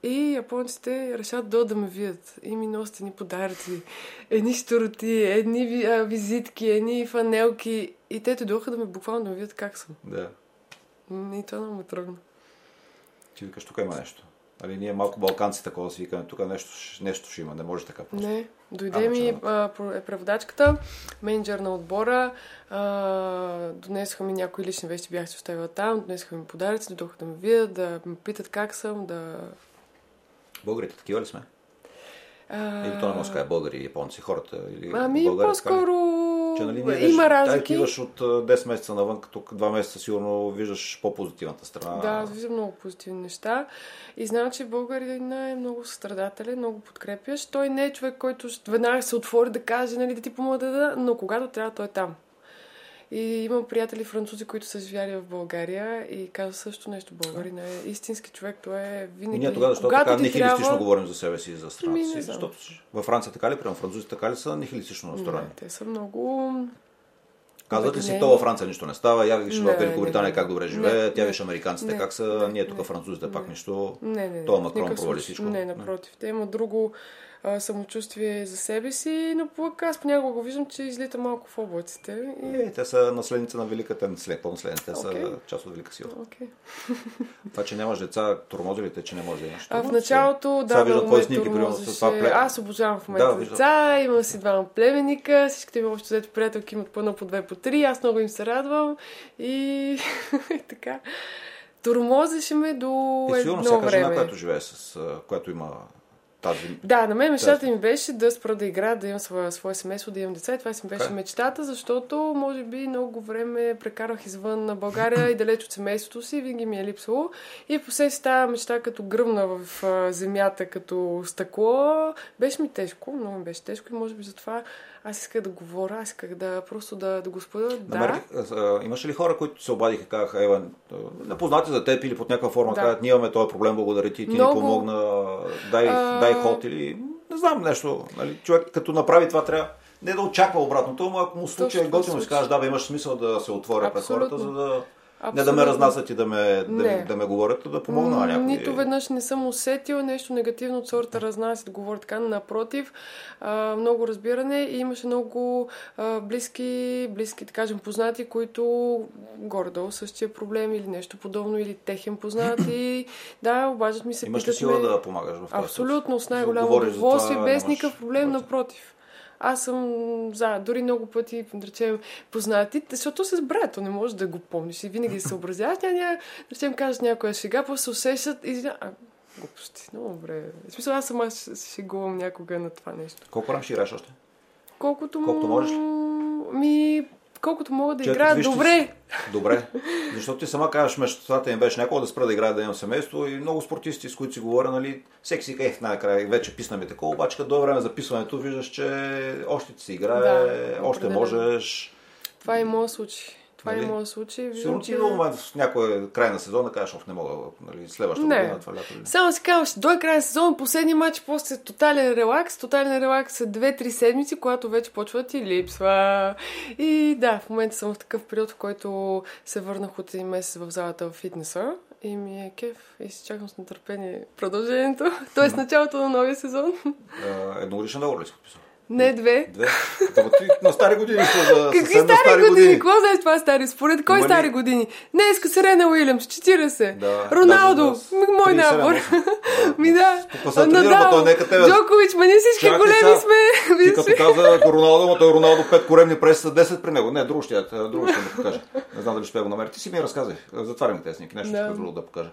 [SPEAKER 2] и японците решат да да ме видят. И ми носят ни подаръци, едни штороти, едни ви- а, визитки, едни фанелки. И те дойдоха да ме буквално да ме видят как съм.
[SPEAKER 1] Да.
[SPEAKER 2] М, И това много ме трогна.
[SPEAKER 1] Ти викаш, тук има нещо. Али ние малко балканци такова си викаме, тук нещо, ще- нещо ще има, не може така просто.
[SPEAKER 2] Не,
[SPEAKER 1] А, значи
[SPEAKER 2] дойде
[SPEAKER 1] на
[SPEAKER 2] ми
[SPEAKER 1] черната.
[SPEAKER 2] а, про- е преводачката, менеджер на отбора, а, донесоха ми някои лични вещи, бях си оставила там, донесоха ми подаръци, дойдоха да ме видят, да ме питат как съм, да...
[SPEAKER 1] Българите такива ли сме?
[SPEAKER 2] А,
[SPEAKER 1] Или то не може да кажа българи, японци, хората или
[SPEAKER 2] Ами,
[SPEAKER 1] българи, така ли?
[SPEAKER 2] по-скоро
[SPEAKER 1] Че, нали,
[SPEAKER 2] има
[SPEAKER 1] ние виж- да,
[SPEAKER 2] разлики.
[SPEAKER 1] отиваш от а, 10 месеца навън, като 2 месеца сигурно виждаш по-позитивната страна.
[SPEAKER 2] Да, аз виждам много позитивни неща. И знам, че българина е много състрадателен, много подкрепящ. Той не е човек, който ще- веднага се отвори да каже, нали, да ти помогна, да, да, но когато трябва, той е там. И имам приятели французи, които са живяли в България и казват също нещо. Българина е истински човек, той е
[SPEAKER 1] И
[SPEAKER 2] винаги...
[SPEAKER 1] ние тогава, защото
[SPEAKER 2] когато
[SPEAKER 1] така
[SPEAKER 2] ти
[SPEAKER 1] нихилистично
[SPEAKER 2] трябва-
[SPEAKER 1] говорим за себе си и за страната
[SPEAKER 2] Ми, не
[SPEAKER 1] си.
[SPEAKER 2] знам.
[SPEAKER 1] Защото във Франция така ли, прямо французите така ли са нихилистично настроени?
[SPEAKER 2] Не, те са много...
[SPEAKER 1] Казват ли си,
[SPEAKER 2] Обединени.
[SPEAKER 1] то във Франция нищо не става, я виж
[SPEAKER 2] Не,
[SPEAKER 1] в
[SPEAKER 2] не,
[SPEAKER 1] Великобритания
[SPEAKER 2] не.
[SPEAKER 1] как добре живеят,
[SPEAKER 2] Не,
[SPEAKER 1] тя виж американците
[SPEAKER 2] не,
[SPEAKER 1] как са,
[SPEAKER 2] не,
[SPEAKER 1] ние тук
[SPEAKER 2] не,
[SPEAKER 1] французите пак
[SPEAKER 2] не.
[SPEAKER 1] нищо.
[SPEAKER 2] Не, не, не.
[SPEAKER 1] Тоя
[SPEAKER 2] в
[SPEAKER 1] Макрон
[SPEAKER 2] никакъв
[SPEAKER 1] провали
[SPEAKER 2] случай.
[SPEAKER 1] всичко.
[SPEAKER 2] Не, напротив. Те имат друго а, самочувствие за себе си, но пък аз понякога го виждам, че излита малко в облаците. И...
[SPEAKER 1] Е, те са наследница на Великата, те не след, по-наследници, те
[SPEAKER 2] Окей.
[SPEAKER 1] са част от Велика сила.
[SPEAKER 2] Окей.
[SPEAKER 1] Това, че нямаш деца, тормози ли те, че не може да имаш?
[SPEAKER 2] А в
[SPEAKER 1] Тормози.
[SPEAKER 2] началото,
[SPEAKER 1] Сега
[SPEAKER 2] да,
[SPEAKER 1] виждам
[SPEAKER 2] много
[SPEAKER 1] твои
[SPEAKER 2] ме
[SPEAKER 1] снимки, примерно, с това
[SPEAKER 2] тормозеше.
[SPEAKER 1] племе.
[SPEAKER 2] Аз обожавам в момента
[SPEAKER 1] Да, виждам.
[SPEAKER 2] деца, имам си двама племеника, всичките ми общо взето приятелки имат по едно по две по три, аз много им се радвам и, <laughs> и така. Тормозеше ме до
[SPEAKER 1] Е, сигурно
[SPEAKER 2] едно
[SPEAKER 1] всяка
[SPEAKER 2] време.
[SPEAKER 1] жена, която живее с, а, която има тази...
[SPEAKER 2] Да, на мен мечтата им беше да спра да игра, да имам своя, свое семейство, да имам деца. И това си беше
[SPEAKER 1] Така е.
[SPEAKER 2] мечтата, защото може би много време прекарах извън на България и далеч от семейството си. Винаги ми е липсвало. И посеси тази мечта като гръмна в а, земята, като стъкло. Беше ми тежко, много ми беше тежко и може би затова аз исках да говоря, аз исках да просто да, да го споделя. Да.
[SPEAKER 1] Намерих, а, имаше ли хора, които се обадиха и казаха, Ева, а, непознати за теб или под някаква форма
[SPEAKER 2] Да.
[SPEAKER 1] казват, ние имаме този проблем, благодаря ти, ти
[SPEAKER 2] Много.
[SPEAKER 1] ни помогна, дай,
[SPEAKER 2] А,
[SPEAKER 1] дай ход или не знам нещо. Нали? Човек като направи това трябва не да очаква обратното, но ако му случай е
[SPEAKER 2] Точно,
[SPEAKER 1] готино, ще
[SPEAKER 2] случай.
[SPEAKER 1] кажеш, да, бе, имаш смисъл да се отворя пред
[SPEAKER 2] Абсолютно.
[SPEAKER 1] хората, за да не да
[SPEAKER 2] Абсолютно.
[SPEAKER 1] ме разнасят и да ме, да,
[SPEAKER 2] Не.
[SPEAKER 1] да ме говорят, а да помогна нали, е- на
[SPEAKER 2] М,
[SPEAKER 1] някой.
[SPEAKER 2] Нито веднъж не съм усетила нещо негативно от сорта разнасят, говоря така. Напротив, а, много разбиране и имаше много а, близки, близки, да кажем, познати, които горе-долу същия проблем или нещо подобно, или
[SPEAKER 1] <clears throat>
[SPEAKER 2] техен познат. И да, обаждат ми се,
[SPEAKER 1] Имаш ли
[SPEAKER 2] питат
[SPEAKER 1] сила
[SPEAKER 2] ме...
[SPEAKER 1] да помагаш в този случай?
[SPEAKER 2] Абсолютно, с
[SPEAKER 1] Да
[SPEAKER 2] най-голямо
[SPEAKER 1] говориш за това,
[SPEAKER 2] удоволствие, без
[SPEAKER 1] нямаш
[SPEAKER 2] никакъв проблем,
[SPEAKER 1] проблем.
[SPEAKER 2] напротив. Аз съм за, дори много пъти, да речем, познати, защото с брато не можеш да го помниш и винаги се съобразяваш. Тя, ня, да речем, кажеш някоя шега, после се усещат и си, а, глупости, много добре. В смисъл, аз сама се се шегувам някога на това нещо.
[SPEAKER 1] Колко рам ще играеш още?
[SPEAKER 2] Колкото, м-
[SPEAKER 1] Колкото можеш ли?
[SPEAKER 2] Ми, колкото мога да
[SPEAKER 1] Чакай,
[SPEAKER 2] играя
[SPEAKER 1] виж, че
[SPEAKER 2] добре.
[SPEAKER 1] Добре, защото ти сама казваш, мечтата им беше някога да спра да играя, да имам семейство и много спортисти, с които си говоря, нали, всеки си е в най-края, вече писнаме такова, обаче като дойде време за писането, виждаш, че още ти си играе,
[SPEAKER 2] Да,
[SPEAKER 1] още
[SPEAKER 2] определено.
[SPEAKER 1] можеш.
[SPEAKER 2] Това е моят случай. Това е
[SPEAKER 1] Нали?
[SPEAKER 2] моят случай. Виждам,
[SPEAKER 1] Сигурно ти
[SPEAKER 2] че-
[SPEAKER 1] до момент в някой край на сезона кажеш, оф, не мога, нали, следващата
[SPEAKER 2] Не.
[SPEAKER 1] година, това лято. Или...
[SPEAKER 2] Само си казвам, ще дойде край на сезон, последния матч, после е тотален релакс. Тотален релакс е 2-3 седмици, когато вече почва да ти липсва. И да, в момента съм в такъв период, в който се върнах от един месец в залата в фитнеса. И ми е кеф и си чакам с нетърпение продължението, <laughs> т.е. началото на новия сезон. <laughs>
[SPEAKER 1] А, Е, Едногодишен договор ли си подписал?
[SPEAKER 2] Не две.
[SPEAKER 1] Две. Ама ти на стари
[SPEAKER 2] <laughs>
[SPEAKER 1] години си, да,
[SPEAKER 2] Какви
[SPEAKER 1] съвсем
[SPEAKER 2] стари,
[SPEAKER 1] на
[SPEAKER 2] стари години? Какво знаеш това стари? Според кой
[SPEAKER 1] Има ли-
[SPEAKER 2] стари години? Днеска Сирена Уилямс, 40.
[SPEAKER 1] Да,
[SPEAKER 2] Роналдо,
[SPEAKER 1] даже да-
[SPEAKER 2] ми- мой
[SPEAKER 1] 37
[SPEAKER 2] набор.
[SPEAKER 1] може.
[SPEAKER 2] Ми да.
[SPEAKER 1] Тук се тренира, ама той нека тебе-
[SPEAKER 2] Джокович, ма ние всички
[SPEAKER 1] Чакай
[SPEAKER 2] големи
[SPEAKER 1] сега.
[SPEAKER 2] сме.
[SPEAKER 1] Ти
[SPEAKER 2] Виж
[SPEAKER 1] като
[SPEAKER 2] ли?
[SPEAKER 1] каза до Роналдо, но той Роналдо 5 коремни преси са 10 при него. Не, друго ще, я- друго ще му покажа. Не знам дали ще я го намеря. Ти си ми я разказай. Затварям тези снимки. Нещо
[SPEAKER 2] Да.
[SPEAKER 1] да. друго да покажа.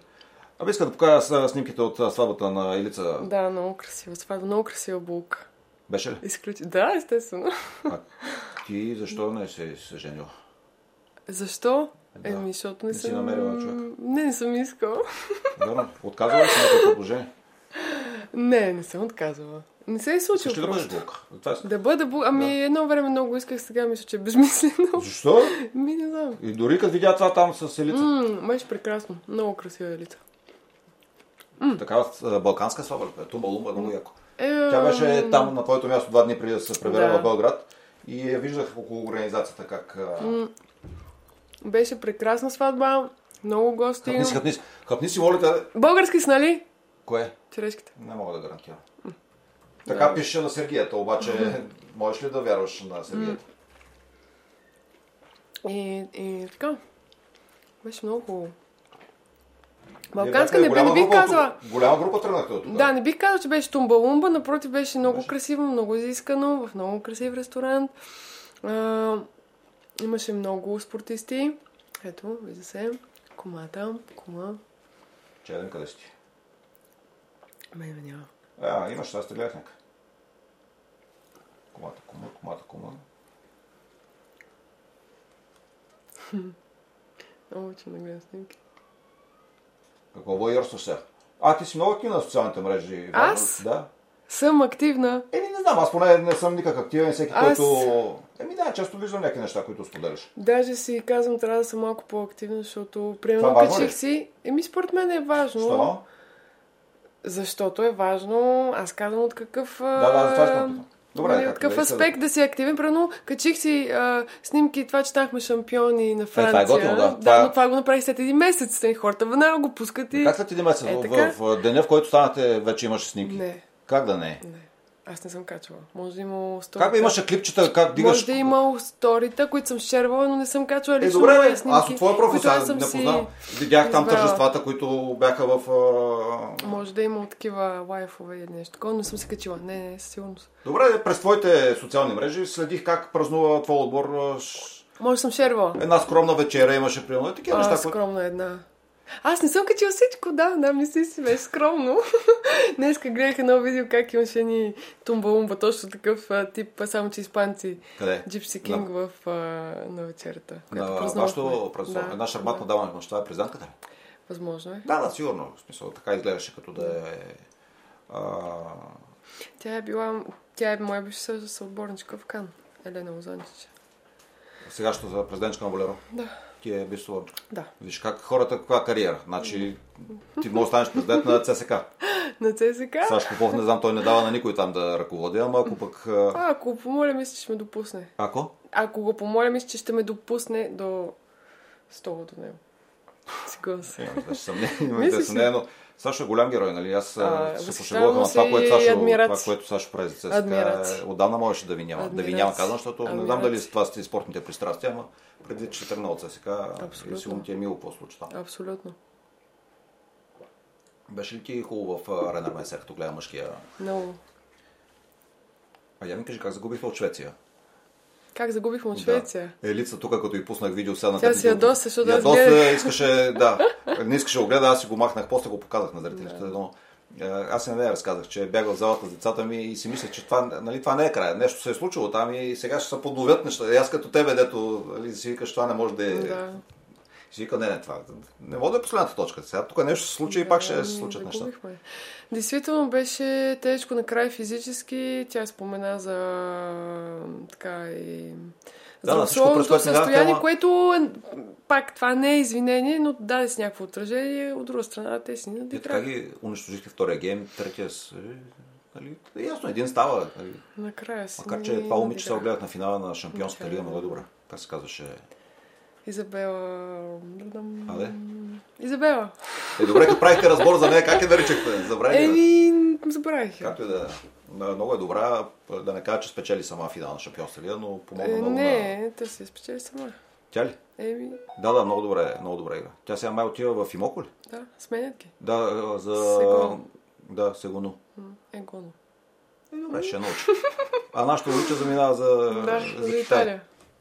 [SPEAKER 1] Абе иска да покажа с- снимките от а, сватбата на Илица.
[SPEAKER 2] Да, много красива сватба, много красива булка.
[SPEAKER 1] Беше ли?
[SPEAKER 2] Изключи. Да, естествено.
[SPEAKER 1] А ти защо не си се е женил?
[SPEAKER 2] Защо?
[SPEAKER 1] Да.
[SPEAKER 2] Еми, защото не,
[SPEAKER 1] Не си
[SPEAKER 2] съм...
[SPEAKER 1] намерила човек.
[SPEAKER 2] Не, не съм искала.
[SPEAKER 1] Верно. Отказала ли си на това предложение?
[SPEAKER 2] Не, не съм отказала. Не се е случило
[SPEAKER 1] Искаш ли да бъдеш
[SPEAKER 2] просто.
[SPEAKER 1] булка? Това е иска.
[SPEAKER 2] Да бъда бу... Ами едно време много исках, сега мисля, че
[SPEAKER 1] <laughs>
[SPEAKER 2] е безмислено.
[SPEAKER 1] Защо?
[SPEAKER 2] Ми не знам.
[SPEAKER 1] И дори като видя това там с Илица.
[SPEAKER 2] Ммм, беше прекрасно. Много красива е лица.
[SPEAKER 1] Такава а, балканска сватба. ли бе? Тума Лумба, много яко.
[SPEAKER 2] Е,
[SPEAKER 1] Тя беше там на твоето място два дни преди да се прибере
[SPEAKER 2] Да.
[SPEAKER 1] в Белград. И я виждах около организацията как... а,
[SPEAKER 2] Беше прекрасна сватба, много гости.
[SPEAKER 1] Хъпни си, хъпни си. Хъпни си, моля те.
[SPEAKER 2] Български с, нали?
[SPEAKER 1] Кое?
[SPEAKER 2] Черешките.
[SPEAKER 1] Не мога да гарантирам. Така пише на Сергията, обаче можеш ли да вярваш на Сергията?
[SPEAKER 2] И, и така. Беше много хубаво.
[SPEAKER 1] Вие
[SPEAKER 2] Балканска
[SPEAKER 1] бяхте
[SPEAKER 2] не, бе- не
[SPEAKER 1] голяма
[SPEAKER 2] бих
[SPEAKER 1] група от-
[SPEAKER 2] казала.
[SPEAKER 1] Голяма група тръгнахте от тогава.
[SPEAKER 2] Да, не бих казала, че беше тумбалумба, напротив беше много красиво, много изискано, в много красив ресторант. А, имаше много спортисти. Ето, вижда се. Комата, кома.
[SPEAKER 1] Чеден, къде си ти?
[SPEAKER 2] Мене ме няма.
[SPEAKER 1] А, имаш, аз те гледах някъде. Комата, кома, комата, кома.
[SPEAKER 2] Много че не гледам снимки.
[SPEAKER 1] Какво бойерстваш сега? А, ти си много активна на социалните мрежи. Иван.
[SPEAKER 2] Аз?
[SPEAKER 1] Да.
[SPEAKER 2] Съм активна.
[SPEAKER 1] Еми, не знам, аз поне не съм никак активен, всеки,
[SPEAKER 2] Аз-
[SPEAKER 1] който... Еми да, често виждам някакви неща, които споделяш.
[SPEAKER 2] Даже си казвам, трябва да съм малко по-активна, защото примерно
[SPEAKER 1] Това важно ли? е?
[SPEAKER 2] качих си. Еми, според мен е важно.
[SPEAKER 1] Що?
[SPEAKER 2] Защото е важно, аз казвам от какъв...
[SPEAKER 1] Да, да, за това ще питам. Добре,
[SPEAKER 2] Добре, от
[SPEAKER 1] както
[SPEAKER 2] какъв
[SPEAKER 1] да иска да-
[SPEAKER 2] аспект да си активен, прено качих си а, снимки, това, че станахме шампиони на
[SPEAKER 1] това е
[SPEAKER 2] Франция.
[SPEAKER 1] готино, да. Това
[SPEAKER 2] да
[SPEAKER 1] е-
[SPEAKER 2] но това го направих след един месец. Те хората веднага го пускат и...
[SPEAKER 1] Как след един месец,
[SPEAKER 2] Е,
[SPEAKER 1] в-
[SPEAKER 2] така.
[SPEAKER 1] в, в деня, в който станахте, вече имаш снимки?
[SPEAKER 2] Не,
[SPEAKER 1] Как да не е?
[SPEAKER 2] не. Аз не съм качвала. Може да има сторита.
[SPEAKER 1] Как бе, имаше клипчета, как дигаш?
[SPEAKER 2] Може да е имал сторита, които съм шервала, но не съм качвала
[SPEAKER 1] Е,
[SPEAKER 2] лично
[SPEAKER 1] добре,
[SPEAKER 2] мои
[SPEAKER 1] бе,
[SPEAKER 2] снимки.
[SPEAKER 1] аз от твоя профил
[SPEAKER 2] които аз
[SPEAKER 1] сега
[SPEAKER 2] съм
[SPEAKER 1] не
[SPEAKER 2] си-
[SPEAKER 1] познавам. Видях там
[SPEAKER 2] избрала.
[SPEAKER 1] тържествата, които бяха в... а,
[SPEAKER 2] Може да е имал такива лайфове или нещо такова, но не съм се качила. Не, не, със сигурност.
[SPEAKER 1] Добре, през твоите социални мрежи следих как празнува твой отбор. а, ш-
[SPEAKER 2] Може да съм шервала.
[SPEAKER 1] Една скромна вечеря имаше, примерно, и такива
[SPEAKER 2] А,
[SPEAKER 1] неща. които-
[SPEAKER 2] скромна една. Аз не съм качила всичко, да, да, мисли си, беше скромно. <laughs> Днеска гледах едно видео как имаше ни тумба-умба, точно такъв а, тип, а само че испанци.
[SPEAKER 1] Къде?
[SPEAKER 2] Джипси Кинг в, а, на вечерта.
[SPEAKER 1] На
[SPEAKER 2] която празнувахме.
[SPEAKER 1] вашето през
[SPEAKER 2] Да,
[SPEAKER 1] една шарматна дама на баща е призанката ли?
[SPEAKER 2] Възможно е.
[SPEAKER 1] Да, да, сигурно. В смисъл, така изглеждаше като да е... А...
[SPEAKER 2] Тя е била, тя е моя бивша съотборничка в Кан. Елена Озончич.
[SPEAKER 1] Сегашната президентка на Болеро.
[SPEAKER 2] Да.
[SPEAKER 1] Ти е бисова.
[SPEAKER 2] Да.
[SPEAKER 1] Виж как хората, каква кариера. Значи, ти можеш да станеш президент на ЦСК.
[SPEAKER 2] На ЦСК?
[SPEAKER 1] Саш Попов, не знам, той не дава на никой там да ръководи, ама ако пък... а,
[SPEAKER 2] А, ако го помоля, мисля, че ще ме допусне.
[SPEAKER 1] Ако?
[SPEAKER 2] Ако го помоля, мисля, че ще ме допусне до стола до него. Сигурно се.
[SPEAKER 1] Имам известно съмнение, <laughs> имам
[SPEAKER 2] Мислиш
[SPEAKER 1] известно съмнение, но Сашо е голям герой, нали? Аз а,
[SPEAKER 2] А,
[SPEAKER 1] се
[SPEAKER 2] възхищавам
[SPEAKER 1] пошегувах на това,
[SPEAKER 2] се
[SPEAKER 1] което
[SPEAKER 2] и
[SPEAKER 1] Сашо, това,
[SPEAKER 2] адмирации.
[SPEAKER 1] което Сашо прави за
[SPEAKER 2] Адмирации.
[SPEAKER 1] ЦСКА. е, Отдавна можеше да ви няма. Да ви
[SPEAKER 2] Адмирации.
[SPEAKER 1] няма, казвам, защото не знам дали
[SPEAKER 2] Адмирации.
[SPEAKER 1] това сте спортните пристрастия, ама предвид, че тръгна от ЦСКА,
[SPEAKER 2] Абсолютно.
[SPEAKER 1] и сигурно ти е мило какво се случи там.
[SPEAKER 2] Абсолютно.
[SPEAKER 1] Беше ли ти хубаво в а, Ренар Месер, като гледа мъжкия?
[SPEAKER 2] Много.
[SPEAKER 1] А я ми кажи, как загубихте от Швеция?
[SPEAKER 2] Как загубихме от Швеция?
[SPEAKER 1] Да. Елица тук, като и пуснах видео сега на
[SPEAKER 2] Тя
[SPEAKER 1] теб,
[SPEAKER 2] се ядоса, защото аз
[SPEAKER 1] Ядоса,
[SPEAKER 2] гледах.
[SPEAKER 1] искаше, да. Не искаше да го гледа, аз си го махнах, после го показах на зрителите, но е, аз не я разказах, че бях в залата с децата ми и си мислех, че това, нали, това не е края. Нещо се е случило там и сега ще се подновят неща. И аз като тебе, дето нали, си викаш, това не може да е.
[SPEAKER 2] Да.
[SPEAKER 1] Си вика, не, не, това. Не мога да е последната точка. Сега тук нещо се случи и пак ще
[SPEAKER 2] Да,
[SPEAKER 1] се
[SPEAKER 2] ми
[SPEAKER 1] случат неща.
[SPEAKER 2] Ами, загубихме. Действително беше тежко накрай физически. Тя спомена за така и
[SPEAKER 1] Да,
[SPEAKER 2] за
[SPEAKER 1] да, всичко, през
[SPEAKER 2] здравословното
[SPEAKER 1] което ни дадахте,
[SPEAKER 2] състояние,
[SPEAKER 1] ама-
[SPEAKER 2] което е- пак това не е извинение, но даде с някакво отражение. От друга страна, те си
[SPEAKER 1] И Е, така
[SPEAKER 2] надиграха.
[SPEAKER 1] ги унищожихте втория гейм, третия с... е, Нали, ясно, един става. Нали.
[SPEAKER 2] Накрая си.
[SPEAKER 1] Макар,
[SPEAKER 2] ни
[SPEAKER 1] че това момиче се
[SPEAKER 2] надиграха.
[SPEAKER 1] огледах на финала на Шампионската
[SPEAKER 2] Макар,
[SPEAKER 1] лига, много е
[SPEAKER 2] да.
[SPEAKER 1] добра. Как се казваше?
[SPEAKER 2] Изабела.
[SPEAKER 1] А, да?
[SPEAKER 2] Изабела.
[SPEAKER 1] Е, добре, като правихте разбор за нея, как я наричахте? Забравили. ли?
[SPEAKER 2] Еми, забравих. я.
[SPEAKER 1] Както и да е. Да, Много е добра, да не кажа, че спечели сама финала на Шампионската лига, но помогна
[SPEAKER 2] Е,
[SPEAKER 1] много на...
[SPEAKER 2] не, те си я спечели сама.
[SPEAKER 1] Тя ли?
[SPEAKER 2] Еми,
[SPEAKER 1] Да, да, много добре, много добре игра. Тя сега май отива в Имоко ли?
[SPEAKER 2] да, сменят ги.
[SPEAKER 1] Да, а, за...
[SPEAKER 2] Сегон.
[SPEAKER 1] Да, Сегоно.
[SPEAKER 2] Е, гоно.
[SPEAKER 1] Е, добре, ще я научи. А нашето момиче заминава за...
[SPEAKER 2] Да,
[SPEAKER 1] за
[SPEAKER 2] за
[SPEAKER 1] Китай.
[SPEAKER 2] Италия.